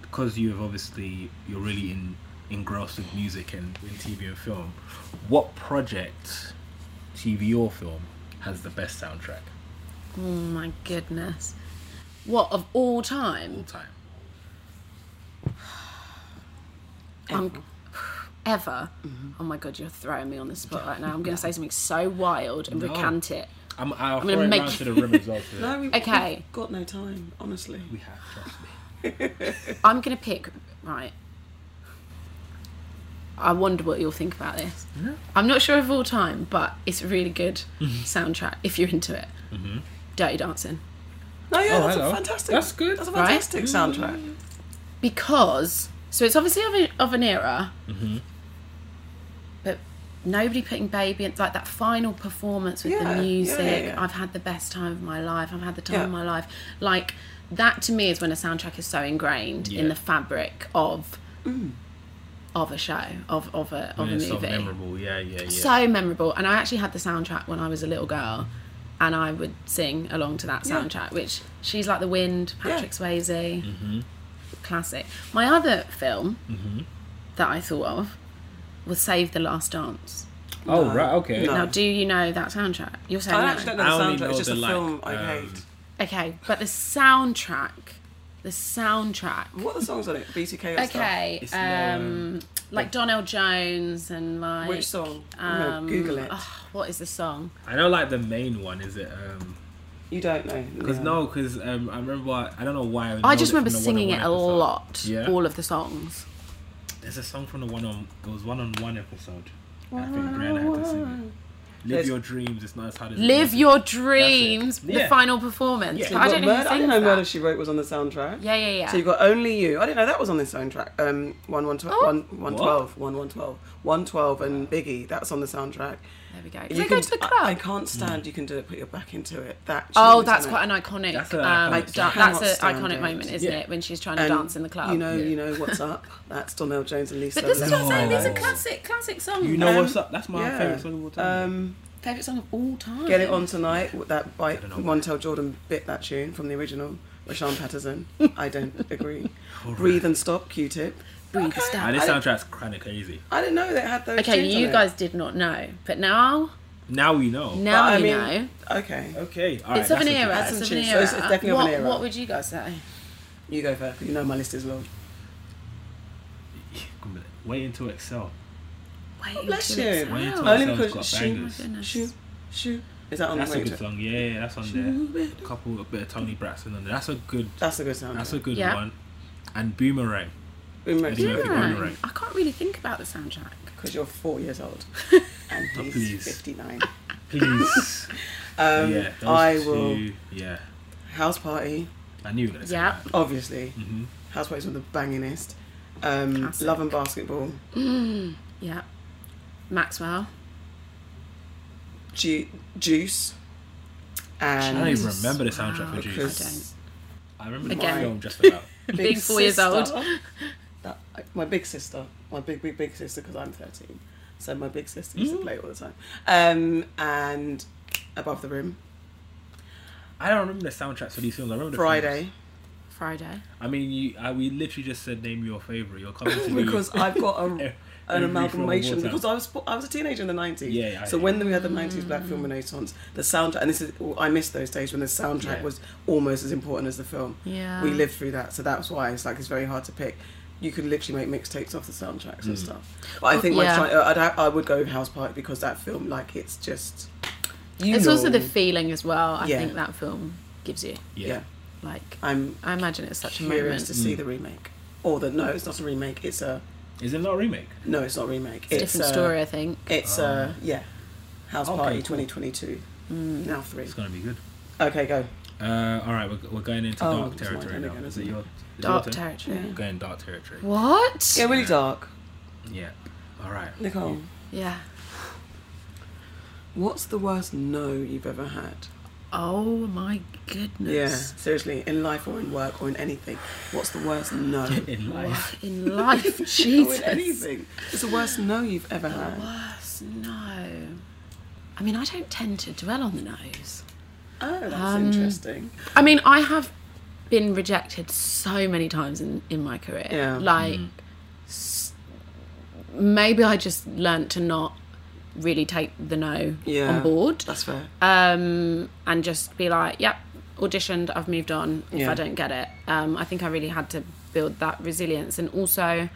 S3: because you've obviously you're really in, engrossed with music and in TV and film. What project, TV or film, has the best soundtrack
S1: Oh my goodness, what of all
S3: all
S1: time?
S3: time?
S1: I'm,
S3: Uh-huh.
S1: ever. Oh my god, you're throwing me on the spot right now. I'm going to say something so wild and
S3: No.
S1: recant it.
S3: I'm, I'll
S1: gonna
S3: throw it
S1: make
S3: round
S1: [laughs]
S3: to the
S1: you-
S3: room as well. today.
S2: No, we,
S1: Okay.
S2: we've got no time, honestly.
S3: We have trust me.
S1: I'm gonna pick right. I wonder what you'll think about this.
S3: Yeah. Mm-hmm.
S1: I'm not sure of all time, but it's a really good soundtrack if you're into it. Dirty Dancing,
S2: No, yeah,
S3: Oh,
S2: that's
S3: hello.
S2: a fantastic.
S3: That's good.
S2: That's a
S1: Right? Mm.
S2: fantastic soundtrack.
S1: because so it's obviously of, a, of an era,
S2: Mm-hmm.
S1: but nobody putting Baby in like that final performance with
S2: Yeah,
S1: the
S2: yeah,
S1: music.
S2: yeah.
S1: I've had the best time of my life. I've had the time
S2: Yeah.
S1: of my life. Like that to me is when a soundtrack is so ingrained in
S3: Yeah.
S1: the fabric of.
S2: Mm.
S1: Of a show, of of a of
S3: And
S1: a
S3: it's
S1: movie,
S3: so memorable. Yeah, yeah, yeah.
S1: so memorable and i actually had the soundtrack when i was a little girl and i would sing along to that
S2: Yeah.
S1: soundtrack which she's like the wind
S2: Yeah. Mm-hmm.
S1: patrick swayze classic my other film that i thought of was save the last dance
S3: oh
S2: No.
S3: right, okay.
S2: No.
S1: now do you know that soundtrack you're saying
S2: I
S1: no.
S2: actually don't
S3: I
S2: know the
S3: only
S2: soundtrack.
S3: know
S2: It's just
S3: the,
S2: a
S3: like,
S2: film I
S3: um,
S2: hate.
S1: okay but the soundtrack the soundtrack
S2: What are the songs on it? BTK and stuff.
S1: okay
S3: It's not,
S1: um like donnell jones and like
S2: Which song?
S1: um,
S2: no, Google it.
S1: oh, what is the song
S3: I know like the main one is it um
S2: You don't know.
S3: because no because um I remember I don't know why
S1: I
S3: know
S1: just
S3: it from
S1: remember
S3: the
S1: singing it
S3: 101
S1: a
S3: episode.
S1: lot.
S3: Yeah.
S1: All of the songs.
S3: There's a song from the one on there was one on one episode. I think Brianna had to sing it. Live
S2: There's-
S3: your dreams. It's not as hard as it
S1: Live
S3: is.
S1: Your Dreams, the
S3: Yeah.
S1: final performance.
S3: Yeah.
S1: But I
S2: You've
S1: don't
S2: got
S1: know
S2: Murder-
S1: who
S2: I didn't
S1: sings
S2: know Murder
S1: that.
S2: She Wrote was on the soundtrack.
S1: Yeah, yeah, yeah.
S2: So you got Only You. I didn't know that was on this soundtrack. Um, one one twelve,
S1: Oh.
S2: one one twelve, one one twelve, one twelve, and Biggie. That's on the soundtrack.
S1: there we go. Can
S2: You
S1: I go to the club?
S2: I, I can't stand. You can do it. Put your back into it. That. tune
S1: oh,
S2: is
S1: that's
S2: on
S1: quite
S2: it.
S1: an iconic.
S3: That's an
S1: um, da-
S3: iconic song.
S1: that's
S2: Cannot
S1: an
S2: stand
S1: iconic
S2: it.
S1: moment, isn't
S3: Yeah.
S1: it? When she's trying to
S2: And
S1: dance in the club.
S2: You know,
S3: Yeah.
S2: you know what's
S1: [laughs]
S2: up. That's Donnell Jones and Lisa.
S1: but this is what I'm saying. These are
S3: Oh.
S1: classic, classic songs.
S3: You know
S2: Um,
S3: what's up? That's my
S2: yeah.
S3: favorite song of all time.
S2: Um,
S1: favorite song of all time.
S2: Get It On Tonight, with that
S3: I
S2: bite,
S3: don't know.
S2: Montel Jordan bit that tune from the original,
S1: [laughs]
S2: Rashawn Patterson. I don't agree. Breathe and Stop, Q-Tip.
S1: Breathe the
S3: and
S1: Stab.
S3: this
S2: I-
S3: soundtrack's kind of crazy.
S2: I didn't know they had those
S1: Okay,
S2: tunes
S1: you
S2: on
S1: guys did not know, but now,
S3: Now we know.
S2: it. But
S1: now
S2: I
S1: you
S2: mean,
S1: know.
S2: Okay,
S3: Okay. All right.
S1: It's of an
S3: that's
S1: era.
S3: a different-
S1: It's
S2: That's a
S1: of an
S2: tune. So
S1: era. Oh,
S2: it's definitely of an
S1: What-
S2: era.
S1: What would you guys say?
S2: you go first, 'cause you know my list is long.
S3: Way into Excel.
S1: Wait,
S2: bless
S1: until it's out.
S2: you.
S3: Way into
S2: Only
S3: Excel's
S2: because
S3: got
S2: she-
S3: bangers.
S1: Oh Goodness.
S2: Shoo, shoo. Is that on
S3: That's
S2: the
S3: a
S2: radio?
S3: good song. Yeah, yeah, that's on there. A couple, a bit of Tony Braxton on there. That's a good.
S2: That's a good sound.
S3: That's a good
S1: Yeah.
S3: one. And Boomerang.
S2: Boomerang.
S3: Eddie Murphy
S1: Boomerang.
S3: Boomerang.
S1: I can't can't really think about the soundtrack.
S2: because you're four
S1: [laughs]
S2: years old and
S3: Oh,
S2: he's
S3: please.
S2: 59.
S3: Please.
S2: [laughs] Um,
S3: yeah, those
S2: I
S3: two-
S2: will.
S3: Yeah,
S2: House Party,
S3: I knew you were going to say
S1: Yeah.
S3: that.
S2: obviously.
S3: hmm
S2: House Party's one of the bangingest. Um,
S1: Classic.
S2: Love and Basketball.
S1: Yeah. Maxwell.
S2: Ju- Juice.
S3: I
S2: And
S3: don't even remember the soundtrack for
S1: Wow.
S3: Juice.
S1: I don't.
S2: Because
S3: I remember the
S1: Again.
S3: film just about.
S1: Being four years old.
S2: that, my big sister, my big, big, big sister, because I'm 13. So my big sister used to play it all the time. Um, and Above the Rim.
S3: I don't remember the soundtracks for these films. I remember the films.
S2: Friday.
S1: Friday.
S3: I mean, you, I, we literally just said name your favorite. You're coming
S2: [laughs]
S3: to me-
S2: Because I've
S3: [laughs]
S2: got a,
S3: Every
S2: an
S3: film of all
S2: amalgamation.
S3: time.
S2: Because I was I was a teenager in the 90s.
S3: Yeah, I-
S2: so when we had the 90s Black Film Renaissance, the soundtrack, and this is, I missed those days when the soundtrack
S3: Yeah.
S2: was almost as important as the film.
S1: Yeah.
S2: we lived through that, so that's why it's like it's very hard to pick. You could literally make mixtapes off the soundtracks and stuff. But I think
S1: Oh, Yeah.
S2: my, uh, I'd, ha- I would go with House Party because that film, like, it's just. You
S1: It's
S2: know,
S1: also the feeling as well. I
S2: Yeah.
S1: think that film gives you.
S3: yeah.
S2: yeah.
S1: Like,
S2: I'm
S1: I imagine it's such a
S2: curious
S1: moment.
S2: to see the remake, or the no, it's not a remake. It's a
S3: Is it not a remake?
S2: no, it's uh, not a remake.
S1: it's a different
S2: a,
S1: story, I think.
S2: It's a yeah, House
S3: Okay,
S2: Party
S3: cool.
S2: 2022.
S1: Mm.
S2: Now three.
S3: It's gonna be good.
S2: Okay, go.
S3: Uh, all right, we're, we're going into
S2: Oh,
S3: dark
S2: it's my
S3: territory
S2: turn
S3: now.
S2: again,
S3: Is
S2: isn't
S3: it
S2: it?
S3: your is it
S1: Dark
S3: your turn?
S1: territory.
S2: Yeah.
S3: We're going dark territory.
S1: What?
S2: Yeah, really dark.
S3: Yeah. All right.
S2: Nicole,
S1: Yeah.
S2: what's the worst no you've ever had?
S1: Oh my
S2: Yeah,
S1: goodness.
S2: seriously, in life or in work or in anything, what's the worst no?
S3: [laughs] [laughs] In life.
S1: What in life,
S2: [laughs] Or
S1: Jesus.
S2: in anything. It's the worst no you've ever
S1: Oh,
S2: had.
S1: Worse, no. I mean, I don't tend to dwell on the nose.
S2: Oh, that's
S1: Um,
S2: interesting.
S1: I mean, I have been rejected so many times in, in my career.
S2: Yeah.
S1: Like, s- maybe I just learnt to not really take the no
S2: Yeah.
S1: on board
S2: That's fair.
S1: um, and just be like, yep, auditioned, I've moved on if
S2: Yeah.
S1: I don't get it. Um, I think I really had to build that resilience. And also,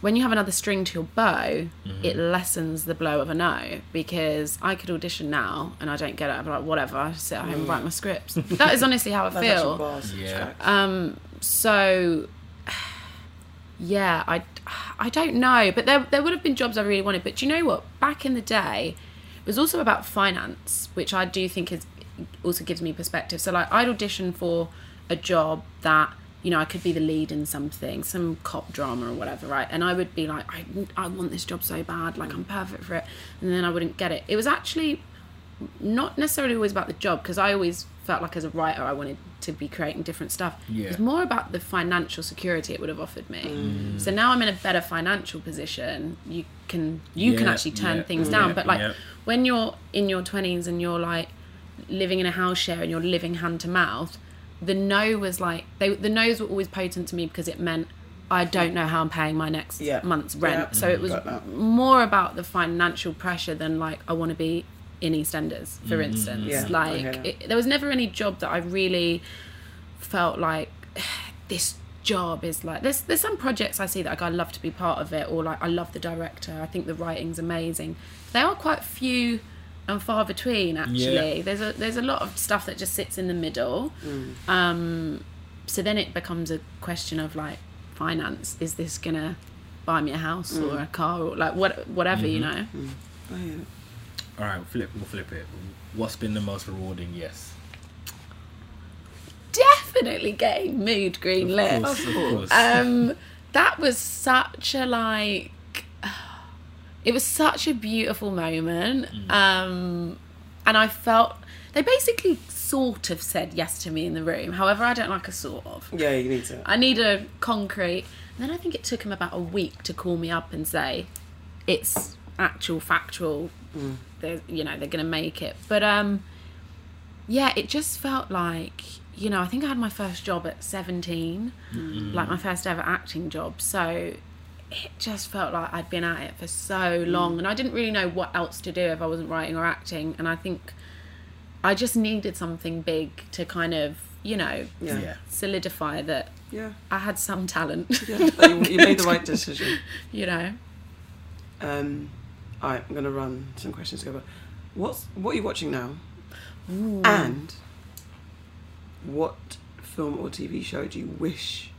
S1: when you have another string to your bow,
S2: Mm-hmm.
S1: it lessens the blow of a no because I could audition now and I don't get it. I'd be like, whatever, I sit at home and write my scripts. that is honestly how I
S2: Mm. [laughs] That's actually
S1: feel.
S2: bars.
S3: Yeah.
S1: Um, so, [sighs] yeah, I, I don't know, but there, there would have been jobs I really wanted. But do you know what? Back in the day, it was also about finance, which I do think is also gives me perspective. So like, I'd audition for a job that you know I could be the lead in something, some cop drama or whatever, right? And I would be like, I, I want this job so bad, like I'm perfect for it, and then I wouldn't get it. It was actually not necessarily always about the job because I always felt like as a writer I wanted to be creating different stuff.
S3: Yeah.
S1: It was more about the financial security it would have offered me.
S3: Mm.
S1: So now I'm in a better financial position. You can you can
S3: Yeah,
S1: actually turn
S3: yeah,
S1: things
S3: yeah,
S1: down. But like
S3: yeah.
S1: when you're in your twenties and you're like living in a house share and you're living hand to mouth, the no was like they the no's were always potent to me because it meant I don't know how I'm paying my next
S2: Yeah.
S1: month's rent.
S2: Yeah.
S1: So it was
S2: Got that.
S1: more about the financial pressure than like I want to be in EastEnders, for instance.
S2: Mm-hmm. Yeah, I hear
S1: Like
S2: that.
S1: it, there was never any job that I really felt like [sighs] this job is like there's there's some projects I see that like I love to be part of it or like I love the director. I think the writing's amazing. They are quite few and far between actually. There's a there's a lot of stuff that just sits in the middle.
S3: Mm.
S1: Um, so then it becomes a question of like finance. Is this gonna buy me a house or
S3: Mm.
S1: a car or like what whatever you know?
S3: Mm-hmm.
S2: I hear it.
S3: All right. We'll flip. We'll flip it. What's been the most rewarding? Yes.
S1: Definitely getting mood green lit.
S3: Mm. Of course.
S1: um that was such a like [sighs] it was such a beautiful moment um and i felt they basically sort of said yes to me in the room however i don't like a sort of
S2: Yeah, you need to.
S1: i need a concrete and then i think it took him about a week to call me up and say it's actual factual they're you know they're gonna make it but um yeah it just felt like you know i think i had my first job at 17 like my first ever acting job so it just felt like i'd been at it for so long and i didn't really know what else to do if i wasn't writing or acting and i think i just needed something big to kind of you know
S2: Yeah.
S3: Yeah.
S1: solidify that
S2: Yeah.
S1: i had some talent [laughs]
S2: yeah. you, you made the right decision.
S1: you know
S2: Um, all right, I'm going to run some questions together. What's what are you watching now? And what film or TV show do you wish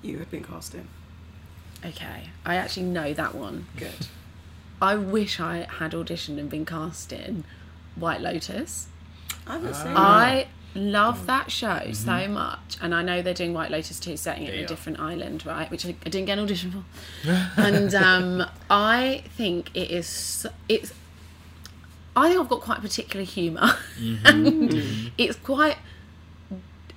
S2: you had been cast in?
S1: Okay, I actually know that one.
S2: Good.
S1: I wish I had auditioned and been cast in White Lotus.
S2: I haven't
S1: Oh, Ah.
S2: seen
S1: I love that show so much, and I know they're doing White Lotus too, setting it in
S3: Yeah.
S1: a different island, right? Which I, I didn't get an audition for, [laughs] and um, I think it is. so- It's. I think I've got quite a particular humour, Mm-hmm. [laughs] and it's quite.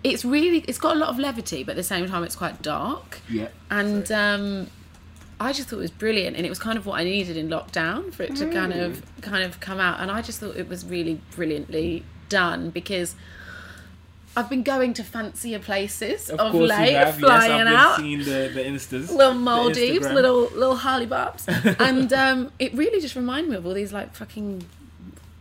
S1: It's really. It's got a lot of levity, but at the same time, it's quite dark.
S3: Yeah.
S1: And um, I just thought it was brilliant, and it was kind of what I needed in lockdown for
S3: Oh,
S1: it to kind of kind of come out. And I just thought it was really brilliantly done because I've been going to fancier places of, late, flying
S3: yes, I've been
S1: out.
S3: seen the, the
S1: [laughs]
S3: instas.
S1: Little
S3: the
S1: Maldives,
S3: Instagram.
S1: little little Harley
S3: [laughs]
S1: Bobs, and um, it really just reminded me of all these like fucking.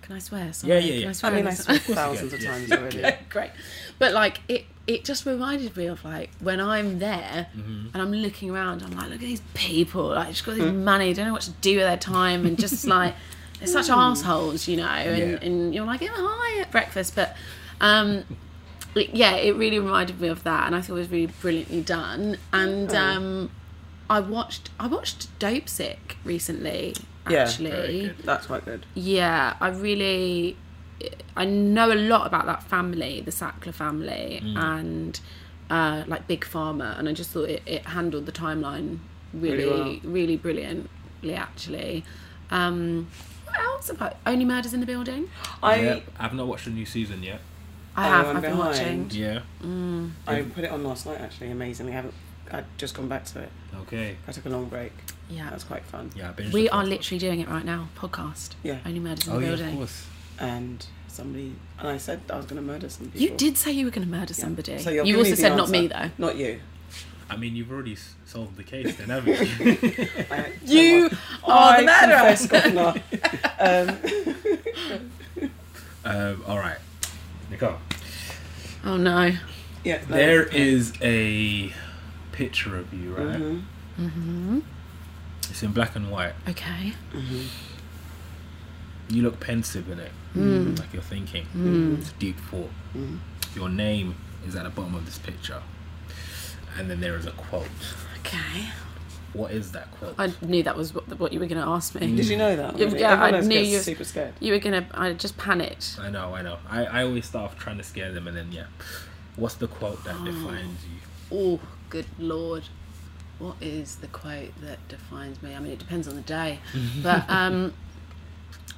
S1: Can I swear? Sorry,
S3: Yeah, yeah,
S1: can
S3: yeah.
S1: swear
S2: I mean,
S1: on
S2: I
S1: this?
S2: saw [laughs] thousands of
S3: [laughs] yeah.
S2: times already.
S1: [laughs] great but like it it just reminded me of like when i'm there
S3: Mm-hmm.
S1: and i'm looking around i'm like look at these people like just got this money don't know what to do with their time and just like they're such assholes you know and,
S3: Yeah.
S1: and you're like oh, hi at breakfast but um it- yeah it really reminded me of that and i thought it was really brilliantly done and um i watched i watched dope sick recently
S2: Yeah,
S1: actually
S3: very good.
S2: That's quite good.
S1: yeah, I really, I know a lot about that family, the Sackler family, and uh, like Big Pharma, and I just thought it, it handled the timeline really, really,
S2: Really
S1: brilliantly, actually. Um, what else about Only Murders in the Building?
S2: I
S3: Yeah, I've not watched the new season yet.
S1: I
S2: Oh,
S1: have,
S2: I'm
S1: I've been watching.
S2: behind.
S3: Yeah.
S2: I put it on last night actually. Amazingly, I haven't. I'd just gone back to it.
S3: Okay.
S2: I took a long break.
S1: Yeah.
S2: That's quite fun.
S3: Yeah, I've been.
S1: We are literally doing it right now, podcast.
S2: Yeah.
S1: Only Murders in
S3: Oh
S1: the
S3: yeah, of
S1: Building.
S3: course.
S2: And somebody and I said I was going to murder some people.
S1: you did say you were going to murder
S2: Yeah.
S1: somebody.
S2: So you're
S1: you
S2: giving
S1: also
S2: the
S1: said not
S2: answer.
S1: me, though.
S2: Not [laughs] you.
S3: I mean, you've already s- solved the case, then, haven't you?
S2: I,
S1: You are
S2: I
S1: the murderer.
S2: confess, [laughs] Governor. um,
S3: um, all right, Nicole.
S1: Oh, no.
S2: yeah. no.
S3: There is a picture of you, right?
S2: Mhm.
S3: It's in black and white.
S1: Okay.
S3: You look pensive in it,
S1: Mm.
S3: like you're thinking. It's deep thought. Your name is at the bottom of this picture, and then there is a quote.
S1: Okay.
S3: What is that quote?
S1: I knew that was what, what you were going to ask me.
S2: Did you know that?
S1: Yeah,
S2: already?
S1: yeah, I
S2: Everyone else
S1: knew
S2: gets
S1: you-
S2: Super scared.
S1: [laughs] You were gonna. I just panicked.
S3: I know, I know. I, I always start off trying to scare them, and then yeah. What's the quote that defines you?
S1: Oh, good lord! What is the quote that defines me? I mean, it depends on the
S2: [laughs]
S1: day, but um,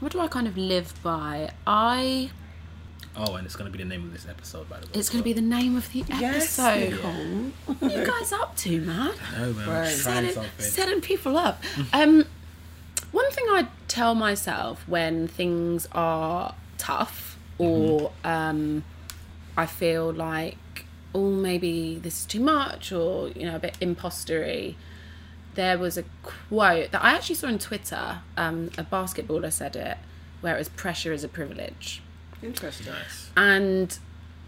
S1: what do I kind of live by? I.
S3: Oh, and it's gonna be the name of this episode, by the way.
S1: It's going to be the name of the
S2: Yes,
S1: episode.
S2: [laughs] Nicole.
S1: What are you guys up to, man?
S3: No, Oh, man, I'm just
S2: Right.
S3: trying
S1: setting,
S3: something.
S1: setting people up. Um, one thing I tell myself when things are tough or um, I feel like, oh, maybe this is too much or, you know, a bit impostery, there was a quote that I actually saw on Twitter. Um, a basketballer said it, where it was pressure is a privilege
S2: Interesting.
S3: Nice.
S1: and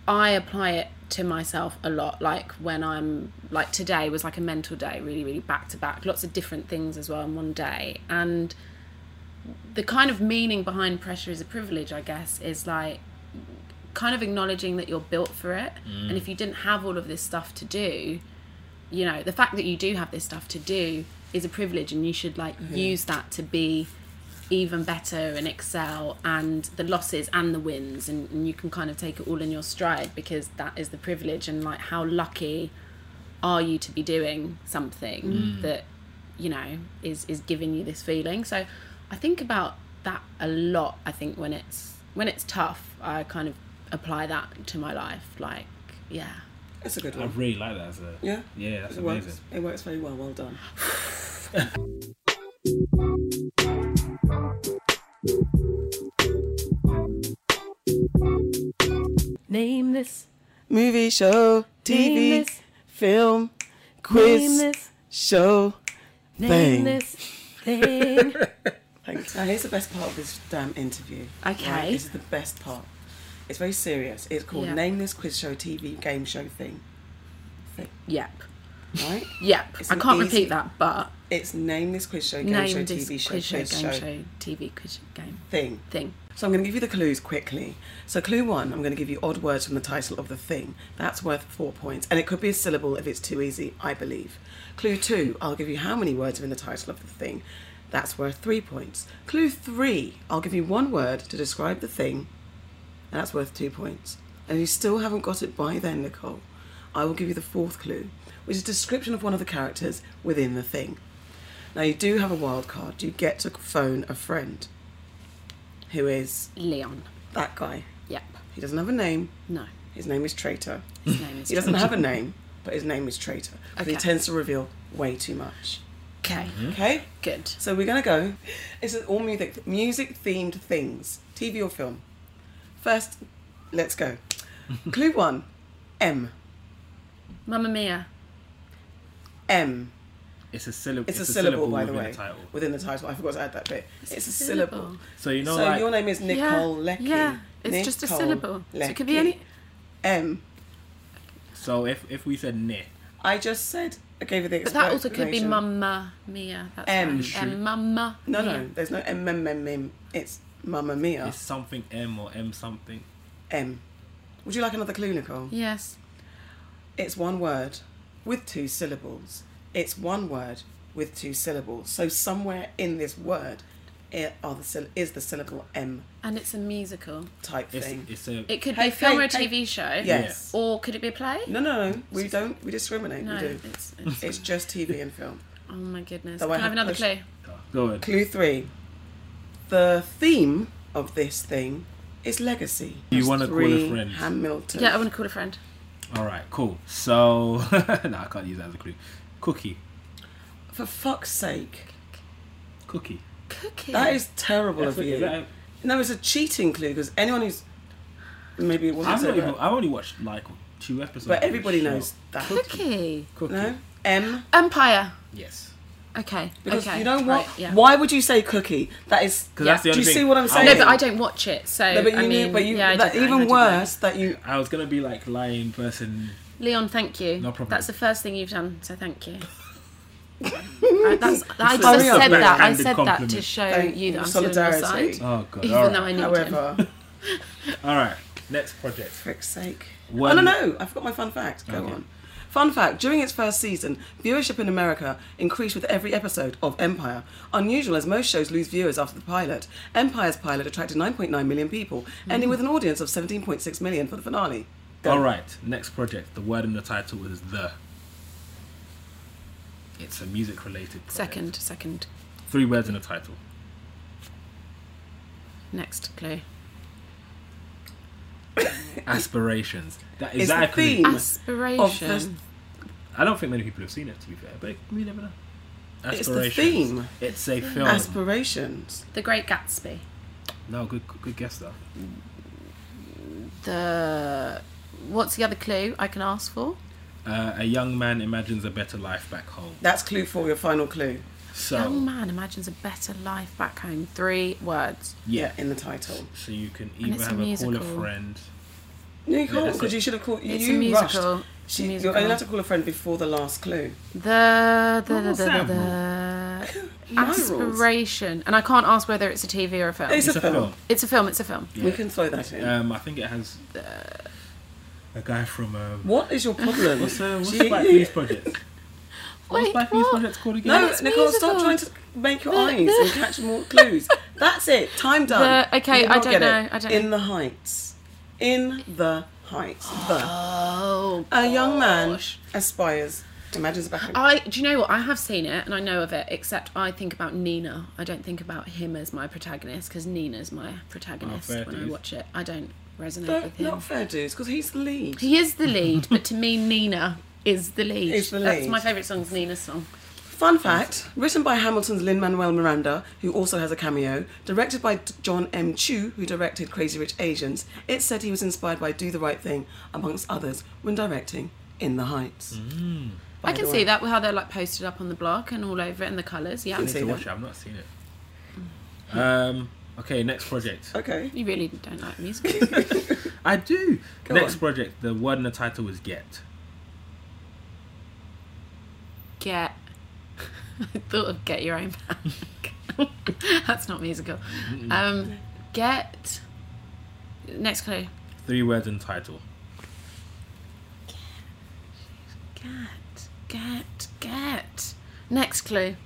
S1: I apply it to myself a lot. Like when I'm like today was like a mental day, really, really back to back, lots of different things as well in one day. And the kind of meaning behind pressure is a privilege, I guess, is like kind of acknowledging that you're built for it. And if you didn't have all of this stuff to do, you know, the fact that you do have this stuff to do is a privilege and you should like use that to be even better and excel and the losses and the wins and, and you can kind of take it all in your stride because that is the privilege and like how lucky are you to be doing something that you know is is giving you this feeling so i think about that a lot i think when it's when it's tough i kind of apply that to my life like yeah
S2: That's a good
S3: I
S2: one.
S3: really like that as a.
S2: Mm. Yeah.
S3: Yeah, that's
S2: it
S3: amazing.
S2: works. It works very well. Well done.
S4: Name this.
S2: Movie, show, TV,
S4: Name this.
S2: film, quiz,
S4: Name this.
S2: show.
S4: Name
S2: Bang.
S4: this thing.
S2: Thanks. Now, here's the best part of this damn interview.
S1: Okay.
S2: Right? This is the best part. It's very serious. It's called
S1: Yeah.
S2: Name This Quiz Show TV Game Show Thing.
S1: [laughs] yep [laughs]
S2: right?
S1: Yep.
S2: It's
S1: I
S2: an
S1: can't
S2: easy-
S1: repeat that, but
S2: It's name this quiz show, game show,
S1: name this
S2: TV show,
S1: quiz show,
S2: quiz
S1: game
S2: show
S1: show, TV quiz game
S2: thing.
S1: thing.
S2: So I'm going to give you the clues quickly. So clue one, I'm going to give you odd words from the title of the thing. That's worth four points, and it could be a syllable if it's too easy, I believe. Clue two, I'll give you how many words are in the title of the thing. That's worth three points. Clue three, I'll give you one word to describe the thing, and that's worth two points. And if you still haven't got it by then, Nicole, I will give you the fourth clue, which is description of one of the characters within the thing. Now you do have a wild card. You get to phone a friend. Who is
S1: Leon.
S2: that guy?
S1: Yep.
S2: He doesn't have a name.
S1: No.
S2: His name is Traitor.
S1: His name is
S2: He doesn't have a name, but his name is Traitor. But he
S1: Okay.
S2: tends to reveal way too much.
S1: Okay.
S2: Okay?
S1: Good.
S2: So we're gonna go. [laughs] It's all music music themed things. TV or film. First, let's [laughs] go. Clue one. M.
S1: Mamma Mia.
S2: M.
S3: It's a syllable.
S2: It's, a, syllable, by the
S3: within
S2: way.
S3: title.
S2: Within the title. I forgot to add that bit. It's, a syllable.
S3: So you know,
S2: so
S3: like
S2: your name is Nicole
S1: yeah.
S2: Lecky.
S1: Yeah. It's just a
S2: Nicole
S1: syllable. So it could be
S2: Lecky.
S1: any.
S2: M.
S3: so if if we said "ne,"
S2: I just said I gave you the
S1: But that also
S2: explanation.
S1: could be Mamma Mia. That's
S2: M.
S1: right. M. Mamma.
S2: No,
S1: Mia.
S2: no, there's no M M M M. It's Mamma Mia.
S3: it's something M or M something.
S2: M. Would you like another clue, Nicole?
S1: Yes.
S2: It's one word with two syllables. It's one word with two syllables. So somewhere in this word, it are the syl- is the syllable M
S1: And it's a musical.
S2: type
S3: It's
S2: thing.
S3: it's a
S1: It could
S2: Hey,
S1: be a film
S2: hey,
S1: or a
S2: hey.
S1: TV show.
S2: yes.
S1: Or could it be a play?
S2: No, no, no. We don't. We discriminate.
S1: No,
S2: we do.
S1: it's, it's
S2: It's just TV and film.
S1: oh my goodness.
S2: Though
S1: Can I
S2: I
S1: have
S2: have
S1: another
S2: pushed-
S1: clue?
S3: ah, go ahead.
S2: Clue three. The theme of this thing is legacy.
S3: You
S2: There's
S3: wanna call a
S2: three
S3: friend.
S2: Hamilton.
S1: Yeah, I want to call a friend.
S3: All right, cool. So [laughs] no, I can't use that as a clue. Cookie,
S2: For fuck's sake.
S3: cookie.
S1: Cookie.
S2: That is terrible
S3: That's
S2: of
S3: it,
S2: you.
S3: is that-
S2: No, it's a cheating clue because anyone who's maybe it wasn't
S3: I'm
S2: so
S3: not even.
S2: bad,
S3: I've only watched like two episodes. of
S2: but
S3: the
S2: everybody
S3: show.
S2: knows that.
S1: Cookie.
S3: Cookie.
S2: No, M
S1: Empire.
S3: Yes.
S1: Okay.
S2: because
S1: okay.
S2: you know what?
S1: Right, yeah.
S2: Why would you say cookie? That is.
S3: 'Cause that's
S2: Do
S3: the
S2: you
S3: only
S2: see
S3: thing-
S2: what I'm
S3: No,
S2: saying?
S1: No, but I don't watch it, so
S2: No, but you
S1: I
S2: knew.
S1: mean,
S2: But you.
S1: yeah, I
S2: that,
S1: did know, I
S2: even
S1: did know.
S2: worse, that you.
S3: I was gonna be like lying person.
S1: Leon, thank you.
S3: No problem.
S1: That's the first thing you've done, so thank
S3: [laughs]
S1: you. I, that's, I just
S2: Hurry up,
S1: said
S2: Leon.
S1: that. I
S3: Candid
S1: said that to
S3: compliment.
S1: show
S2: Thank
S1: you that
S2: you.
S1: I'm still on your
S2: Solidarity.
S1: side.
S3: Oh god.
S1: Even
S3: all
S1: though I
S3: right.
S1: need him.
S2: However,
S3: all right. Next project.
S2: frick's sake.
S3: One-
S2: Oh no, no! I forgot my fun fact. Go
S3: Okay.
S2: on. Fun fact: During its first season, viewership in America increased with every episode of Empire. Unusual, as most shows lose viewers after the pilot. Empire's pilot attracted 9.9 million people, ending with an audience of 17.6 million for the finale. Go.
S3: All right, next project. The word in the title is the. It's a music related.
S1: Second, second.
S3: Three words in
S2: [laughs]
S3: the title.
S1: Next clue.
S3: Aspirations. That
S2: It's
S3: is
S2: the
S3: that a clue?
S2: theme. Of
S1: Aspiration.
S2: the-
S3: I don't think many people have seen it to be fair, but we never know.
S2: It's the
S3: Aspirations.
S2: theme.
S3: It's a film.
S2: aspirations.
S1: the Great Gatsby.
S3: no, good good guess though.
S1: The what's the other clue I can ask for?
S3: Uh, a young man imagines a better life back home.
S2: That's clue four. Your final clue.
S1: Young
S3: So
S1: man imagines a better life back home. Three words.
S3: yeah.
S2: in the title.
S3: So you can
S1: it's
S3: either
S1: a
S3: have a call a
S1: musical.
S3: friend.
S2: No, you can't
S3: that's
S2: because
S3: it.
S2: you should have called.
S1: It's a
S2: you
S1: musical.
S2: rushed.
S1: It's a
S2: She,
S1: musical.
S2: You're only allowed to call a friend before the last clue.
S1: The the
S3: What
S1: the,
S3: was
S1: the,
S2: [laughs]
S3: that?
S1: the,
S2: My rules.
S1: aspiration, and I can't ask whether it's a TV or a film.
S2: It's
S1: It's
S2: a
S1: a,
S2: film.
S1: film. It's a film.
S3: Yeah.
S2: We can throw that in.
S3: Um, I think it has a guy from um,
S2: Uh, What is your problem?
S3: What's, uh, what's
S2: Gee.
S3: Spike Lee's project?
S1: Wait,
S3: what's Spike Lee's
S1: what?
S3: project called again?
S2: No,
S1: it's
S2: Nicole, stop
S1: musical.
S2: trying to make your
S1: The- [laughs]
S2: eyes
S1: the-
S2: and catch more clues. That's it. Time done.
S1: The- okay,
S2: You did
S1: I
S2: not
S1: don't
S2: get
S1: know,
S2: it.
S1: I don't
S2: In the heights. In the heights. The.
S1: Oh,
S2: A young man
S1: gosh.
S2: aspires. Imagines a back.
S1: I do you know what I have seen it and I know of it. Except I think about Nina. I don't think about him as my protagonist because Nina's my protagonist
S3: Oh, fair
S1: when I
S3: dues.
S1: watch it. I don't resonate
S2: No,
S1: with him.
S2: not fair dues, because he's the lead.
S1: He is the lead, but to me, Nina is the lead.
S2: Is the
S1: That's
S2: lead.
S1: my favourite song's Nina's song.
S2: Fun fact written by Hamilton's Lin Manuel Miranda, who also has a cameo, directed by D- John M. Chu, who directed Crazy Rich Asians, it said he was inspired by Do the Right Thing, amongst others, when directing In the Heights. By
S1: I can
S2: the
S1: see
S2: way.
S1: that how they're like posted up on the blog and all over it and the colours. Yeah,
S3: I need
S2: seen
S3: to
S2: it.
S3: watch it. I've not seen it. Um. Okay, next project.
S2: Okay.
S1: you really don't like
S2: [laughs]
S1: musicals.
S3: I do.
S2: Go
S3: next
S2: on.
S3: project. The word in the title is get.
S1: Get. [laughs] I thought of Get Your Own Back. [laughs] That's not musical. Um, get. Next clue.
S3: Three words in title.
S1: Get. Get. Get. Next clue.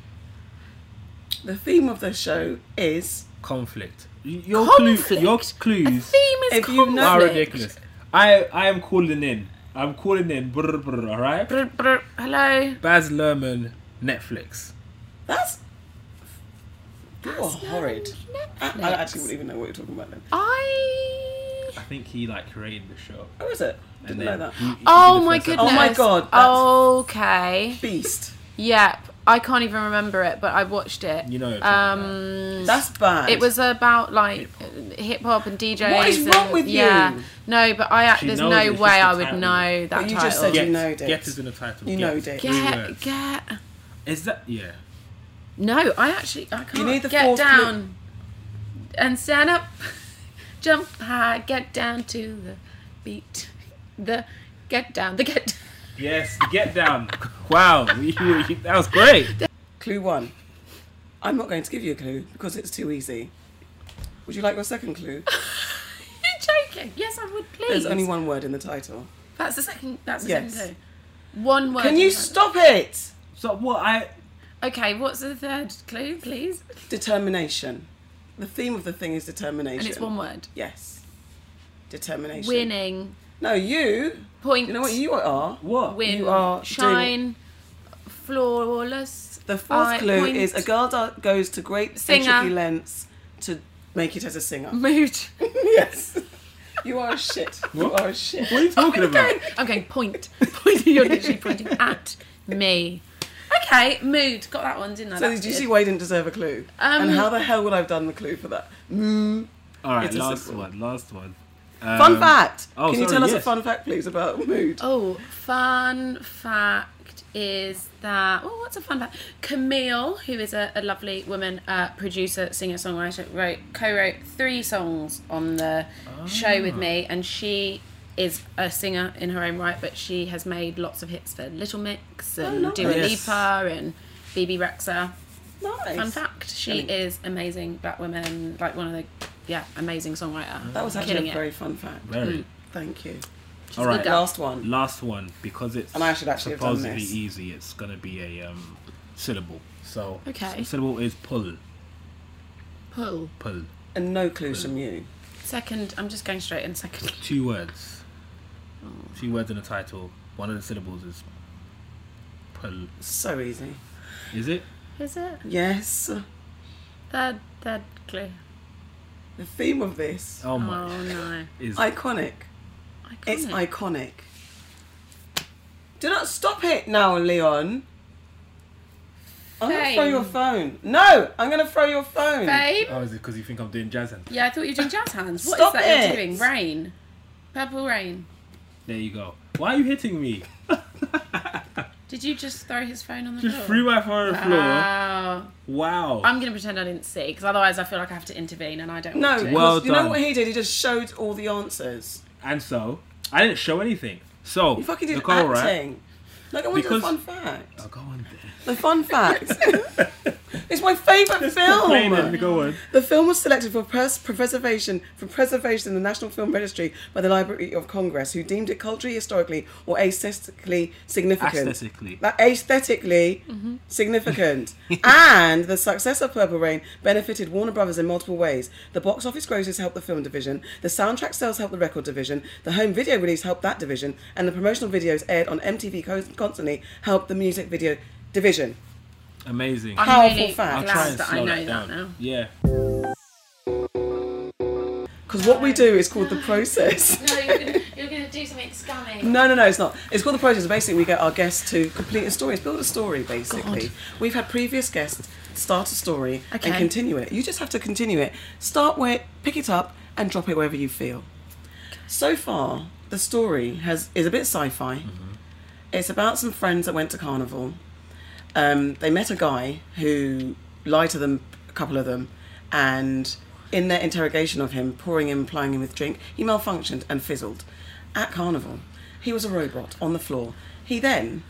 S2: The theme of the show is
S3: Conflict. Y- Your clue.
S1: Conflict?
S3: Your
S1: A theme
S3: clues
S1: is
S2: If you
S1: conflict.
S2: know-
S3: are ridiculous. I I am calling in. I'm calling in. Brr, brr, all right.
S1: Brr, brr, hello.
S3: Baz Luhrmann, Netflix.
S2: that's. You are Oh, horrid. I,
S1: Netflix.
S2: I actually wouldn't even know what you're talking about then.
S1: I.
S3: I think he like created the show.
S2: How Oh, is it? Didn't know
S3: then
S2: that.
S3: he- he did
S1: Oh
S3: the
S1: my
S3: first
S1: goodness.
S2: Oh
S3: episode.
S2: my God, that's-
S1: Okay. [laughs]
S2: Beast.
S1: Yep. I can't even remember it, but I watched it.
S3: You know what I'm talking
S1: Um.
S2: That's bad.
S1: It was about like hip hop and DJs.
S2: What is wrong
S1: and-
S2: with
S1: yeah.
S2: you?
S1: No, but I
S3: She
S1: there's
S3: knows it,
S1: no
S3: it's
S1: way
S3: just
S1: I
S3: the
S1: would
S3: title.
S1: know that
S2: But you
S1: title.
S2: just said
S3: Get,
S2: Oh, you know Dave.
S3: Get is in the title.
S2: You
S3: Get.
S2: know Dave.
S3: Three
S1: get
S3: words.
S1: get.
S3: Is that yeah?
S1: No, I actually I can't.
S2: need the
S1: get
S2: fourth
S1: down and stand up, [laughs] jump high, get down to the beat. The get down, [laughs] the get.
S3: Yes. Get down. wow. [laughs] you- you- that was great.
S2: Clue one. I'm not going to give you a clue because it's too easy. Would you like your second
S1: [laughs]
S2: clue?
S1: You're joking? Yes, I would. Please.
S2: There's only one word in the title.
S1: That's the second. That's the
S2: Yes.
S1: second clue. One word.
S2: Can you
S1: in front.
S2: stop it?
S3: So what I
S1: Okay, what's the third clue, please?
S2: Determination. The theme of the thing is determination.
S1: And it's one word.
S2: Yes. Determination.
S1: Winning.
S2: No, you.
S1: Point.
S2: You know what you are?
S3: what
S1: win,
S2: You are doing-
S1: shine, flawless.
S2: The fourth
S1: I
S2: clue
S1: point-
S2: is a girl do- goes to great
S1: Singer.
S2: entropy lengths to make it as
S1: [laughs]
S2: a
S1: [laughs]
S2: singer.
S1: mood.
S2: yes. You are a shit. You are a shit.
S3: What are you talking about?
S1: I'm going point. point. You're literally pointing at me. Okay, mood. Got that one, didn't I?
S2: So
S1: That's
S2: did you
S1: good.
S2: see why you didn't deserve a clue?
S1: Um,
S2: and how the hell would I have done the clue for that? Mm.
S3: All right,
S2: It's a
S3: last
S2: simple-
S3: one, last one.
S2: Fun
S3: Um,
S2: fact.
S3: oh,
S2: Can you
S3: sorry,
S2: tell us a
S3: yes.
S2: fun fact, please, about mood?
S1: Oh, fun fact is that oh, what's a fun fact? Camille, who is a, a lovely woman, uh, producer, singer, songwriter, wrote co-wrote three songs on the show
S2: Ah.
S1: with me, and she is a singer in her own right, but she has made lots of hits for Little Mix
S2: Oh,
S1: and Dua
S3: Yes.
S1: Lipa and BB Rexa.
S2: Nice.
S1: Fun fact: she
S2: Brilliant.
S1: is amazing black woman, like one of the yeah amazing songwriter.
S2: That was
S1: killing
S2: actually a
S1: it.
S2: very fun fact.
S3: Very.
S2: Thank you.
S3: All right,
S1: girl.
S2: Last one.
S3: last one because it's
S2: And I should actually have done
S3: supposedly
S2: this.
S3: easy. It's gonna be a um, syllable. So
S1: Okay.
S3: s- syllable is pull,
S1: Pull
S3: pull.
S2: And no clues from you.
S1: second. I'm just going straight in second.
S3: Two words. Two words in the title. One of the syllables is pull.
S2: So easy.
S3: Is it?
S1: [laughs] Is it?
S2: Yes.
S1: Third, third clue.
S2: The theme of this
S3: Oh
S1: Oh,
S3: my!
S1: no.
S3: Is
S2: iconic.
S1: Iconic.
S2: It's iconic. Do not stop it now, Leon. I'm gonna throw
S1: Fame.
S2: your phone. No, I'm gonna throw your phone.
S1: Babe?
S3: oh, is it because you think I'm doing jazz hands?
S1: Yeah, I thought you were doing jazz hands. What is
S2: Stop
S1: that
S2: it.
S1: you're doing? Rain. Purple rain.
S3: There you go. Why are you hitting me?
S1: Did you just throw his phone on the
S3: Just
S1: floor?
S3: threw my phone on the floor.
S1: Wow.
S3: Wow.
S1: I'm going to pretend I didn't see because otherwise I feel like I have to intervene and I don't
S2: No,
S1: want to.
S3: Well
S2: because you know
S3: done.
S2: what he did? He just showed all the answers.
S3: and so I didn't show anything. So
S2: You fucking did
S3: Nicole, right?
S2: acting. Like I want the
S3: Because-
S2: fun fact.
S3: I'll go on there.
S2: The fun
S3: [laughs]
S2: fact. it's my favourite film.
S3: Complaining, go on.
S2: The film was selected for pres- for preservation for preservation in the National Film Registry by the Library of Congress, who deemed it culturally, historically, or aesthetically significant.
S3: Aesthetically.
S2: Like, aesthetically significant. and the success of Purple Rain benefited Warner Brothers in multiple ways. The box office grosses helped the film division. The soundtrack sales helped the record division. The home video release helped that division, and the promotional videos aired on MTV co- constantly helped the music video division.
S3: Amazing.
S1: I'm
S2: Powerful
S1: really
S2: fact.
S3: I'll
S2: I'm
S3: try
S1: glad
S3: and
S1: that I
S3: slow
S1: know
S3: that
S1: that,
S3: down.
S1: now.
S3: Yeah.
S2: Because what we do is called the process. [laughs]
S1: No, you're going to you're gonna do something scummy.
S2: No, no, no, it's not. It's called the process. Basically, we get our guests to complete a story. It's build a story, basically. We've had previous guests start a story
S1: Okay.
S2: and continue it. You just have to continue it. Start where, pick it up, and drop it wherever you feel. So far, the story has is a bit sci-fi. It's about some friends that went to carnival. Um, they met a guy who lied to them, a couple of them, and in their interrogation of him, pouring him, plying him with drink, he malfunctioned and fizzled at carnival. He was a robot on the floor. He then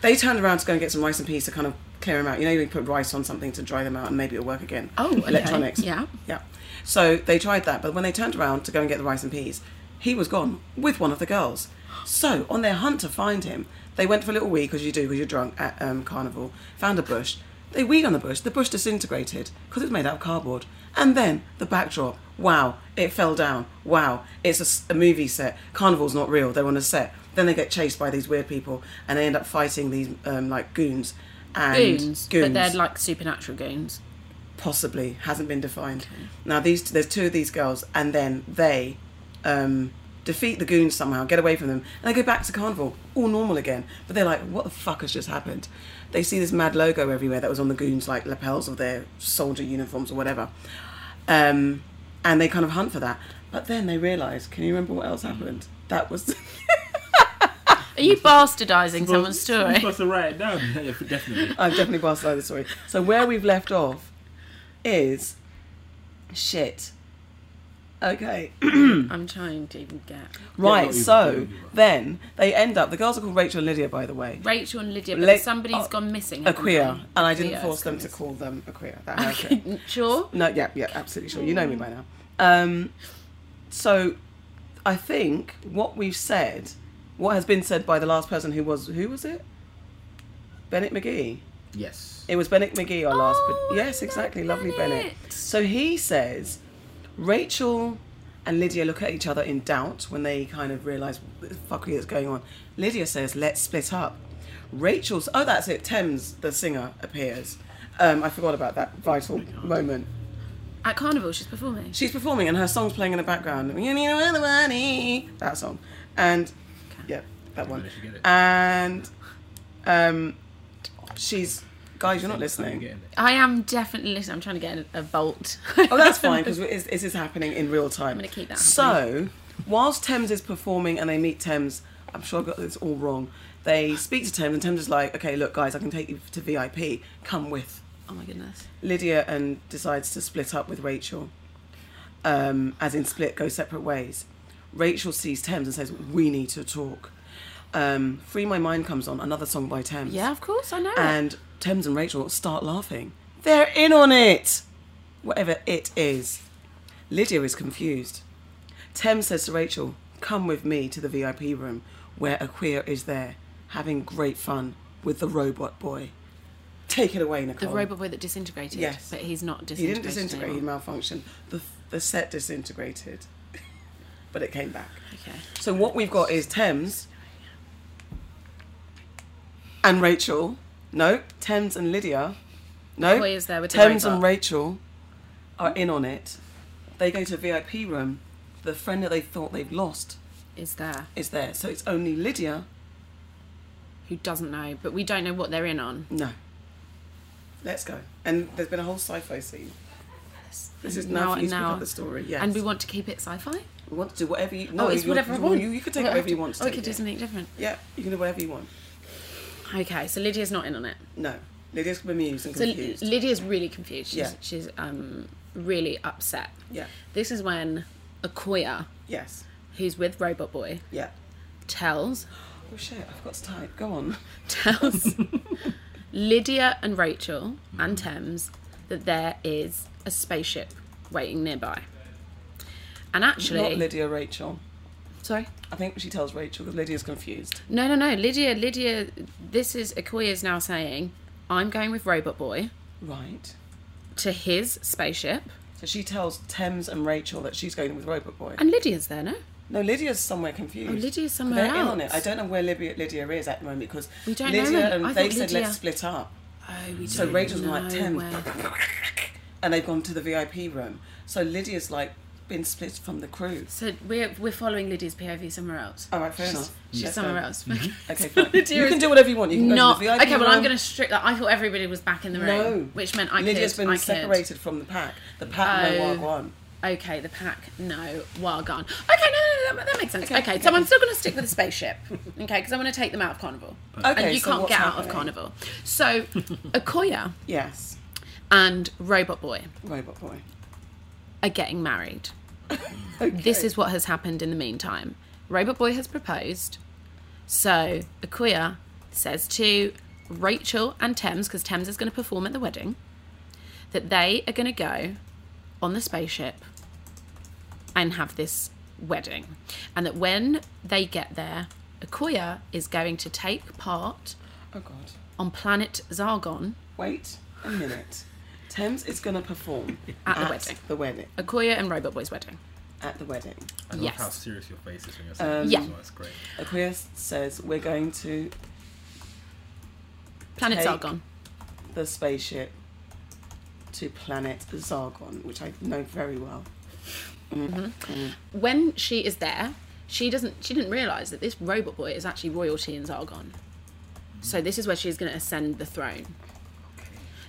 S2: They turned around to go and get some rice and peas to kind of clear them out. You know, you put rice on something to dry them out and maybe it'll work again.
S1: Oh, okay.
S2: electronics.
S1: Yeah.
S2: Yeah. So they tried that, but when they turned around to go and get the rice and peas, he was gone with one of the girls. So on their hunt to find him, they went for a little wee because you do because you're drunk at um, carnival. Found a bush. They weed on the bush. The bush disintegrated because it was made out of cardboard. And then the backdrop. Wow, it fell down. Wow, it's a s a a movie set. Carnival's not real. They're on a set. Then they get chased by these weird people, and they end up fighting these um, like goons. And
S1: Goons, but they're like supernatural goons.
S2: possibly hasn't been defined. Now these there's two of these girls, and then they um, defeat the goons somehow, get away from them, and they go back to carnival, all normal again. But they're like, what the fuck has just happened? They see this mad logo everywhere that was on the goons like lapels of their soldier uniforms or whatever, um, and they kind of hunt for that. But then they realise, can you remember what else happened? That was [laughs]
S1: Are you bastardizing
S3: Well,
S1: someone's
S3: You're
S1: story?
S3: supposed to write it down. [laughs] Yeah, definitely.
S2: I've definitely passed by the story. So where we've left off is shit. Okay.
S1: I'm trying to even get
S3: Yeah,
S2: Right,
S3: not you,
S2: so
S3: not you.
S2: then they end up. The girls are called Rachel and Lydia, by the way.
S1: Rachel and Lydia. But
S2: Let-
S1: somebody's
S2: oh,
S1: gone missing.
S2: A
S1: haven't
S2: queer,
S1: they?
S2: and I didn't
S1: Leo's
S2: force them
S1: gone
S2: to call them a queer. That has
S1: missing.
S2: it.
S1: Mm-hmm. Okay, [laughs] Sure.
S2: No, yeah, yeah, absolutely sure. You know me by now. Um, so, I think what we've said, what has been said by the last person who was who was it? Bennett McGee.
S3: Yes.
S2: It was Bennett McGee, our last.
S1: Oh,
S2: But
S1: I
S2: yes,
S1: love
S2: exactly. Lovely
S1: Bennett.
S2: Bennett. So he says, Rachel and Lydia look at each other in doubt when they kind of realise what the fuckery that's going on. Lydia says, "Let's split up." Rachel's. Oh, that's it. Thames, the singer, appears. Um, I forgot about that
S3: Oh
S2: vital moment.
S1: At Carnival, she's performing.
S2: She's performing and her song's playing in the background. You need all the money. That song. And yeah, that one.
S3: Managed to get it.
S2: And um, she's guys, you're not
S3: I'm
S2: listening.
S3: getting it.
S1: I am definitely listening. I'm trying to get a, a bolt.
S2: Oh,
S1: [laughs]
S2: that's fine because this is happening in real time. I'm
S1: gonna keep that
S2: So, whilst Thames is performing and they meet Thames, I'm sure I got this all wrong. They speak to Thames and Thames is like, "Okay, look, guys, I can take you to VIP. Come with."
S1: oh my goodness.
S2: Lydia and decides to split up with Rachel, um, as in split, go separate ways. Rachel sees Thames and says, "We need to talk." Um, Free my mind comes on, another song by Thames.
S1: Yeah, of course, I know. it.
S2: And Thames and Rachel start laughing. They're in on it! Whatever it is. Lydia is confused. Thames says to Rachel, Come with me to the VIP room where a queer is there, having great fun with the robot boy. Take it away,
S1: the
S2: Nicole.
S1: robot boy that disintegrated.
S2: Yes.
S1: But he's not
S2: He
S1: disintegrated.
S2: didn't disintegrate, he
S1: anymore.
S2: malfunctioned. The, the set disintegrated, [laughs] but it came back.
S1: Okay.
S2: So what we've got is Thames and Rachel. No, Thames and Lydia. No,
S1: Boy is there with the
S2: Thames
S1: robot.
S2: and Rachel are in on it. They go to a VIP room. The friend that they thought they've lost
S1: Is there.
S2: is there. So it's only Lydia.
S1: Who doesn't know, but we don't know what they're in on.
S2: No. Let's go. And there's been a whole sci-fi scene. This is
S1: And
S2: now, for you to pick up the story. Yes.
S1: And we want to keep it sci fi?
S2: We want to do whatever you. No,
S1: oh, it's
S2: you-
S1: whatever I
S2: you-
S1: want.
S2: You, you can take
S1: Well, I
S2: whatever
S1: have
S2: you
S1: to-
S2: want to
S1: Oh, I
S2: take
S1: could
S2: it.
S1: do something different.
S2: Yeah, you can do whatever you want.
S1: Okay, so Lydia's not in on it.
S2: No, Lydia's bemused and
S1: So L-
S2: confused.
S1: Lydia's really confused. She's,
S2: Yeah.
S1: she's um, really upset.
S2: yeah.
S1: This is when Akoya,
S2: Yes.
S1: who's with Robot Boy,
S2: Yeah.
S1: tells [laughs]
S2: Oh shit, I've got to type. Go on.
S1: tells Lydia and Rachel and
S2: Mm-hmm.
S1: Thames that there is a spaceship waiting nearby. And
S2: Not
S1: actually,
S2: Lydia, Rachel.
S1: sorry,
S2: I think she tells Rachel because Lydia's confused.
S1: no, no, no, Lydia, Lydia, this is Akoya's now saying, I'm going with Robot Boy
S2: Right.
S1: to his spaceship,
S2: So she tells Thames and Rachel that she's going with Robot Boy.
S1: and Lydia's there, no?
S2: No, Lydia's somewhere confused.
S1: Oh, Lydia's somewhere
S2: They're in on it.
S1: else.
S2: I don't know where Lydia, Lydia is at the moment because
S1: We don't know.
S2: Lydia and
S1: I
S2: they
S1: thought
S2: said
S1: Lydia-
S2: let's split up.
S1: Oh, we
S2: So
S1: don't
S2: Rachel's like
S1: know
S2: Thames,
S1: where-
S2: and they've gone to the VIP room. So Lydia's like been split from the crew.
S1: So we're we're following Lydia's POV somewhere else.
S2: All right, fair
S1: she's,
S2: enough.
S1: She's
S2: Let's go.
S1: somewhere else. [laughs]
S2: Okay,
S1: So
S2: fine. You
S1: Lydia
S2: can
S1: is
S2: do whatever you want. You can
S1: Not
S2: go to Mm-hmm. the VIP
S1: okay. Well, I'm
S2: room.
S1: going to strip that. I thought everybody was back in the room,
S2: No.
S1: which meant I
S2: Lydia's
S1: could.
S2: been
S1: I could.
S2: separated from the pack. The pack
S1: Oh.
S2: no wagwan.
S1: Okay, the pack. No, while gone. Okay, no, no, no, that, that makes sense. Okay, so I'm still going to stick with the spaceship. Okay, because I want to take them out of Carnival,
S2: Okay,
S1: and you
S2: so
S1: can't
S2: what's
S1: get out of
S2: happening?
S1: Carnival. So, Akoya
S2: Yes,
S1: and Robot Boy
S2: robot boy.
S1: are getting
S2: [laughs]
S1: married.
S2: Okay.
S1: This is what has happened in the meantime. Robot Boy has proposed, so Akuya says to Rachel and Thames, because Thames is going to perform at the wedding, that they are going to go on the spaceship and have this wedding. And that when they get there, Okoya is going to take part
S2: Oh God.
S1: on planet Zargon.
S2: Wait a minute. Thames is going to perform
S1: At the wedding.
S2: The wedding.
S1: Okoya and Robot Boy's wedding.
S2: At the wedding.
S3: I love
S1: Yes.
S3: how serious your face is when you're saying
S2: Um,
S3: this
S1: Yeah.
S3: as well, It's great.
S2: Aquarius says we're going to
S1: Planet
S2: Take-
S1: Zargon.
S2: the spaceship to planet Zargon, which I know very well.
S1: When she is there, she doesn't she didn't realise that this robot boy is actually royalty in Zargon. So this is where she's gonna ascend the throne.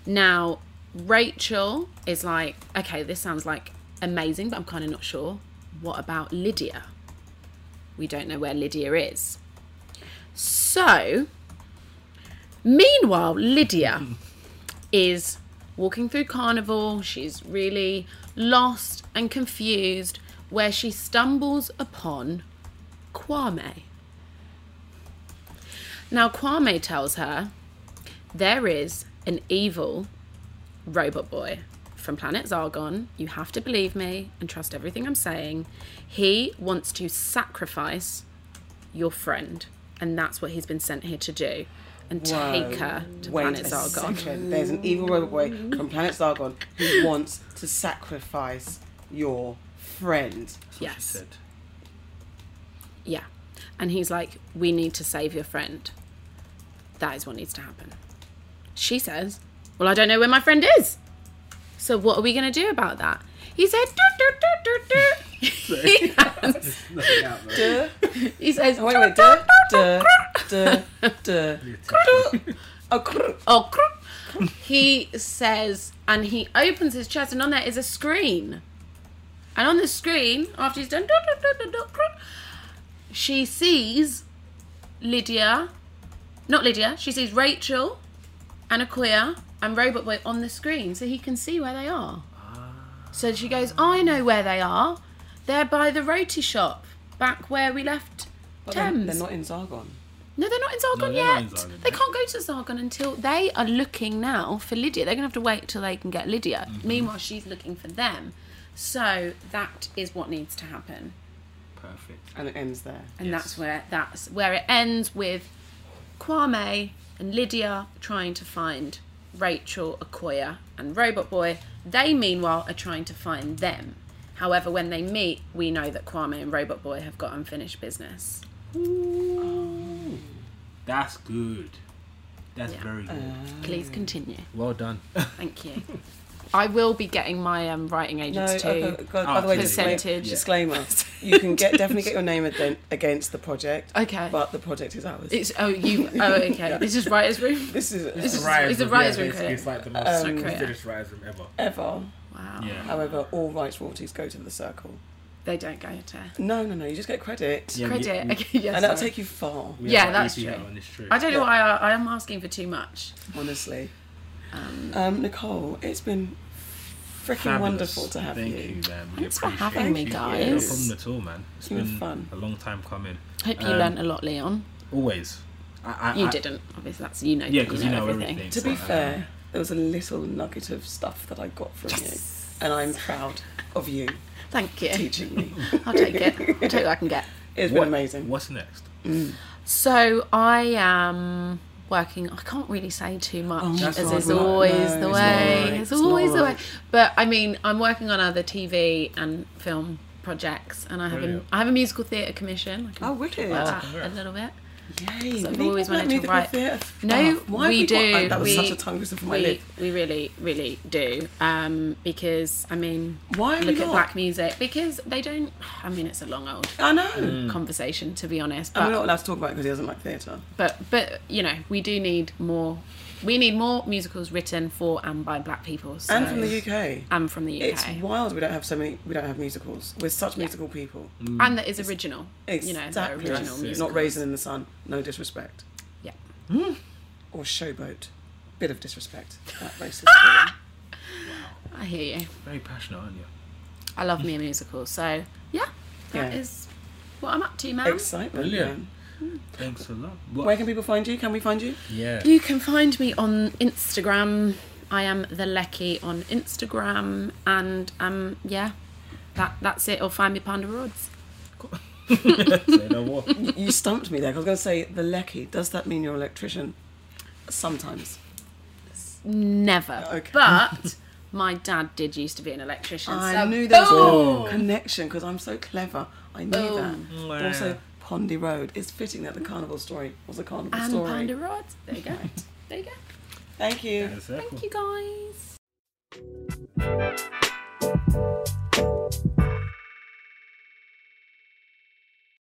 S1: Now, Rachel is like, okay, this sounds like amazing, but I'm kind of not sure. What about Lydia? We don't know where Lydia is. So, meanwhile, Lydia is walking through Carnival. She's really lost and confused, where she stumbles upon Kwame. Now, Kwame tells her there is an evil robot boy from planet Zargon. You have to believe me and trust everything I'm saying. He wants to sacrifice your friend, and that's what he's been sent here to do and take her to
S2: Wait
S1: planet
S2: a
S1: Zargon.
S2: second. There's an evil robot boy from planet Zargon
S1: [laughs]
S2: who wants to sacrifice your friend. [laughs]
S3: She
S1: Yes.
S3: said,
S1: Yeah. And he's like, We need to save your friend. That is what needs to happen. She says, Well, I don't know where my friend is. So what are we going to do about that? He said, "Doo, doo, doo, doo, doo." [laughs] he, has-
S3: nothing out there.
S2: Duh.
S1: he says,
S2: Oh, wait, wait.
S1: "Doo, doo,
S2: Duh,
S1: doo, doo,
S2: duh,
S1: crrr."
S2: duh, duh.
S1: [laughs]
S3: [laughs]
S2: Oh, crrr.
S1: Oh, crrr. he says, and he opens his chest, and on there is a screen. And on the screen, after he's done, doo, doo, doo, doo, doo, crrr, she sees Lydia, not Lydia, she sees Rachel and Akoya and Robot Boy on the screen, so he can see where they are.
S3: Ah,
S1: So she goes, I know where they are. They're by the roti shop, back where we left
S2: But they're,
S1: Thames.
S2: they're not in Zargon.
S1: No, they're not in Zargon
S3: No, they're
S1: yet.
S3: not in Zargon
S1: they
S3: yet.
S1: can't go to Zargon until they are looking now for Lydia. They're going to have to wait till they can get Lydia.
S3: Mm-hmm.
S1: Meanwhile, she's looking for them. So that is what needs to happen,
S3: Perfect.
S2: And it ends there.
S1: and
S3: Yes.
S1: that's where that's where it ends with Kwame and Lydia trying to find Rachel, Akoya, and Robot Boy. They meanwhile are trying to find them. However, when they meet, we know that Kwame and Robot Boy have got unfinished business.
S3: That's good. That's very
S2: Uh,
S3: good.
S1: Please
S3: Mm.
S1: continue.
S3: well done.
S1: Thank you. I will be getting my um, writing
S2: No,
S1: agents too.
S2: okay, God, by the way,
S3: Ah,
S2: disclaimer,
S1: percentage.
S2: disclaimer. You
S1: [laughs]
S2: can get definitely get your name aden- against the project.
S1: Okay.
S2: But the project is ours.
S1: It's oh you
S2: [laughs]
S1: oh okay. This is writer's room.
S2: this is this is
S1: Right. it's a writer's room
S3: basically,
S1: credit.
S3: It's like the most
S1: Um,
S3: finished writer's room ever.
S2: ever.
S1: Wow.
S3: Yeah.
S2: However, all rights royalties go to the circle.
S1: They don't go to
S2: No, no, no. You just get credit,
S3: Yeah, we-
S1: credit.
S3: we-
S1: okay, [laughs] yeah,
S2: and that'll
S1: sorry.
S2: take you far.
S3: we
S1: Yeah,
S3: have E
S1: that's
S3: EP
S1: true.
S3: out on this trip.
S1: I don't know why I, I am asking for too much.
S2: Honestly, um, Nicole, it's been freaking
S3: Fabulous.
S2: wonderful to have
S3: Thank
S2: you.
S3: you, man. We
S1: Thanks for
S3: appreciate
S1: having
S3: you.
S1: me,
S3: Yeah,
S1: guys.
S3: no problem at all, man. It's
S2: You were
S3: been
S2: fun.
S3: a long time coming.
S1: Hope you
S3: Um,
S1: learnt a lot, Leon.
S3: Always. I, I,
S1: You
S3: I-
S1: didn't, obviously. That's you know.
S3: Yeah, because you know everything.
S1: everything.
S2: To be
S3: so, um,
S2: fair, there was a little nugget of stuff that I got from you, and I'm proud of you
S1: Thank you.
S2: teaching me.
S1: I'll take it. I'll take what I
S2: [laughs]
S1: can get.
S2: It's
S3: what-
S2: been amazing.
S3: um,
S2: Mm.
S3: What's next?
S1: So I am working. I can't really say too much,
S2: Oh, that's
S1: as
S2: not
S1: is
S2: right.
S1: always
S2: No,
S1: the
S2: it's
S1: way.
S2: not right.
S1: It's
S2: It's
S1: always
S2: not
S1: the way.
S2: right.
S1: But I mean, I'm working on other TV and film projects, and I have a,
S3: Brilliant.
S1: I have a musical theatre commission. I can
S2: Oh, wicked.
S1: talk about
S3: Oh,
S1: that a little bit.
S2: Yay!
S1: So I've
S2: we
S1: always
S2: got
S1: wanted to
S2: musical
S1: write-
S2: theatre.
S1: No,
S2: Ah, why have
S1: we,
S2: we
S1: do.
S2: got- oh, that was
S1: we,
S2: such a tongue twister for my
S1: we,
S2: lip.
S1: we really, really do. Um, because I mean,
S2: Why have we
S1: look at
S2: not?
S1: black music because they don't. I mean, it's a long old
S2: I know.
S3: Mm.
S1: conversation to be honest.
S2: And
S1: But
S2: we're not allowed to talk about it because he doesn't like theatre.
S1: but but you know we do need more we need more musicals written for and by black people so,
S2: And from the UK.
S1: and from the uk
S2: It's wild we don't have so many we don't have musicals. We're such musical people.
S1: and that is original
S2: Exactly.
S1: you know they're original
S3: That's it.
S1: musicals.
S2: Not Raisin in the Sun, no disrespect. Mm.
S1: yeah
S2: Or Showboat. Bit of disrespect. That [laughs] racist.
S1: i hear you
S3: Very passionate, aren't you?
S1: i love me a musical so yeah that is
S2: Yeah.
S1: what i'm up to man
S2: Excitement.
S3: Brilliant.
S2: man.
S3: Thanks a lot. What-
S2: Where can people find you? Can we find you?
S1: [laughs]
S3: yeah.
S1: You can find me on Instagram. I am the Lecky on Instagram, and um, yeah, that that's it. Or find me Panda Rods.
S3: Say no more.
S2: Y- [laughs] You stumped me there. 'cause I was going to say the lecky. Does that mean you're an electrician? Sometimes.
S1: Never.
S2: Okay. [laughs]
S1: But my dad did used to be an electrician.
S2: I
S1: so
S2: knew there was
S1: boom!
S2: a connection because I'm so clever. I knew
S1: Boom.
S2: that.
S3: Wow.
S2: Also, Pondy Road. It's fitting that the carnival story was a carnival
S1: And
S2: story. [laughs]
S1: Panda Rods. There you go. There you go.
S2: Thank you.
S3: That's it.
S1: Thank you guys.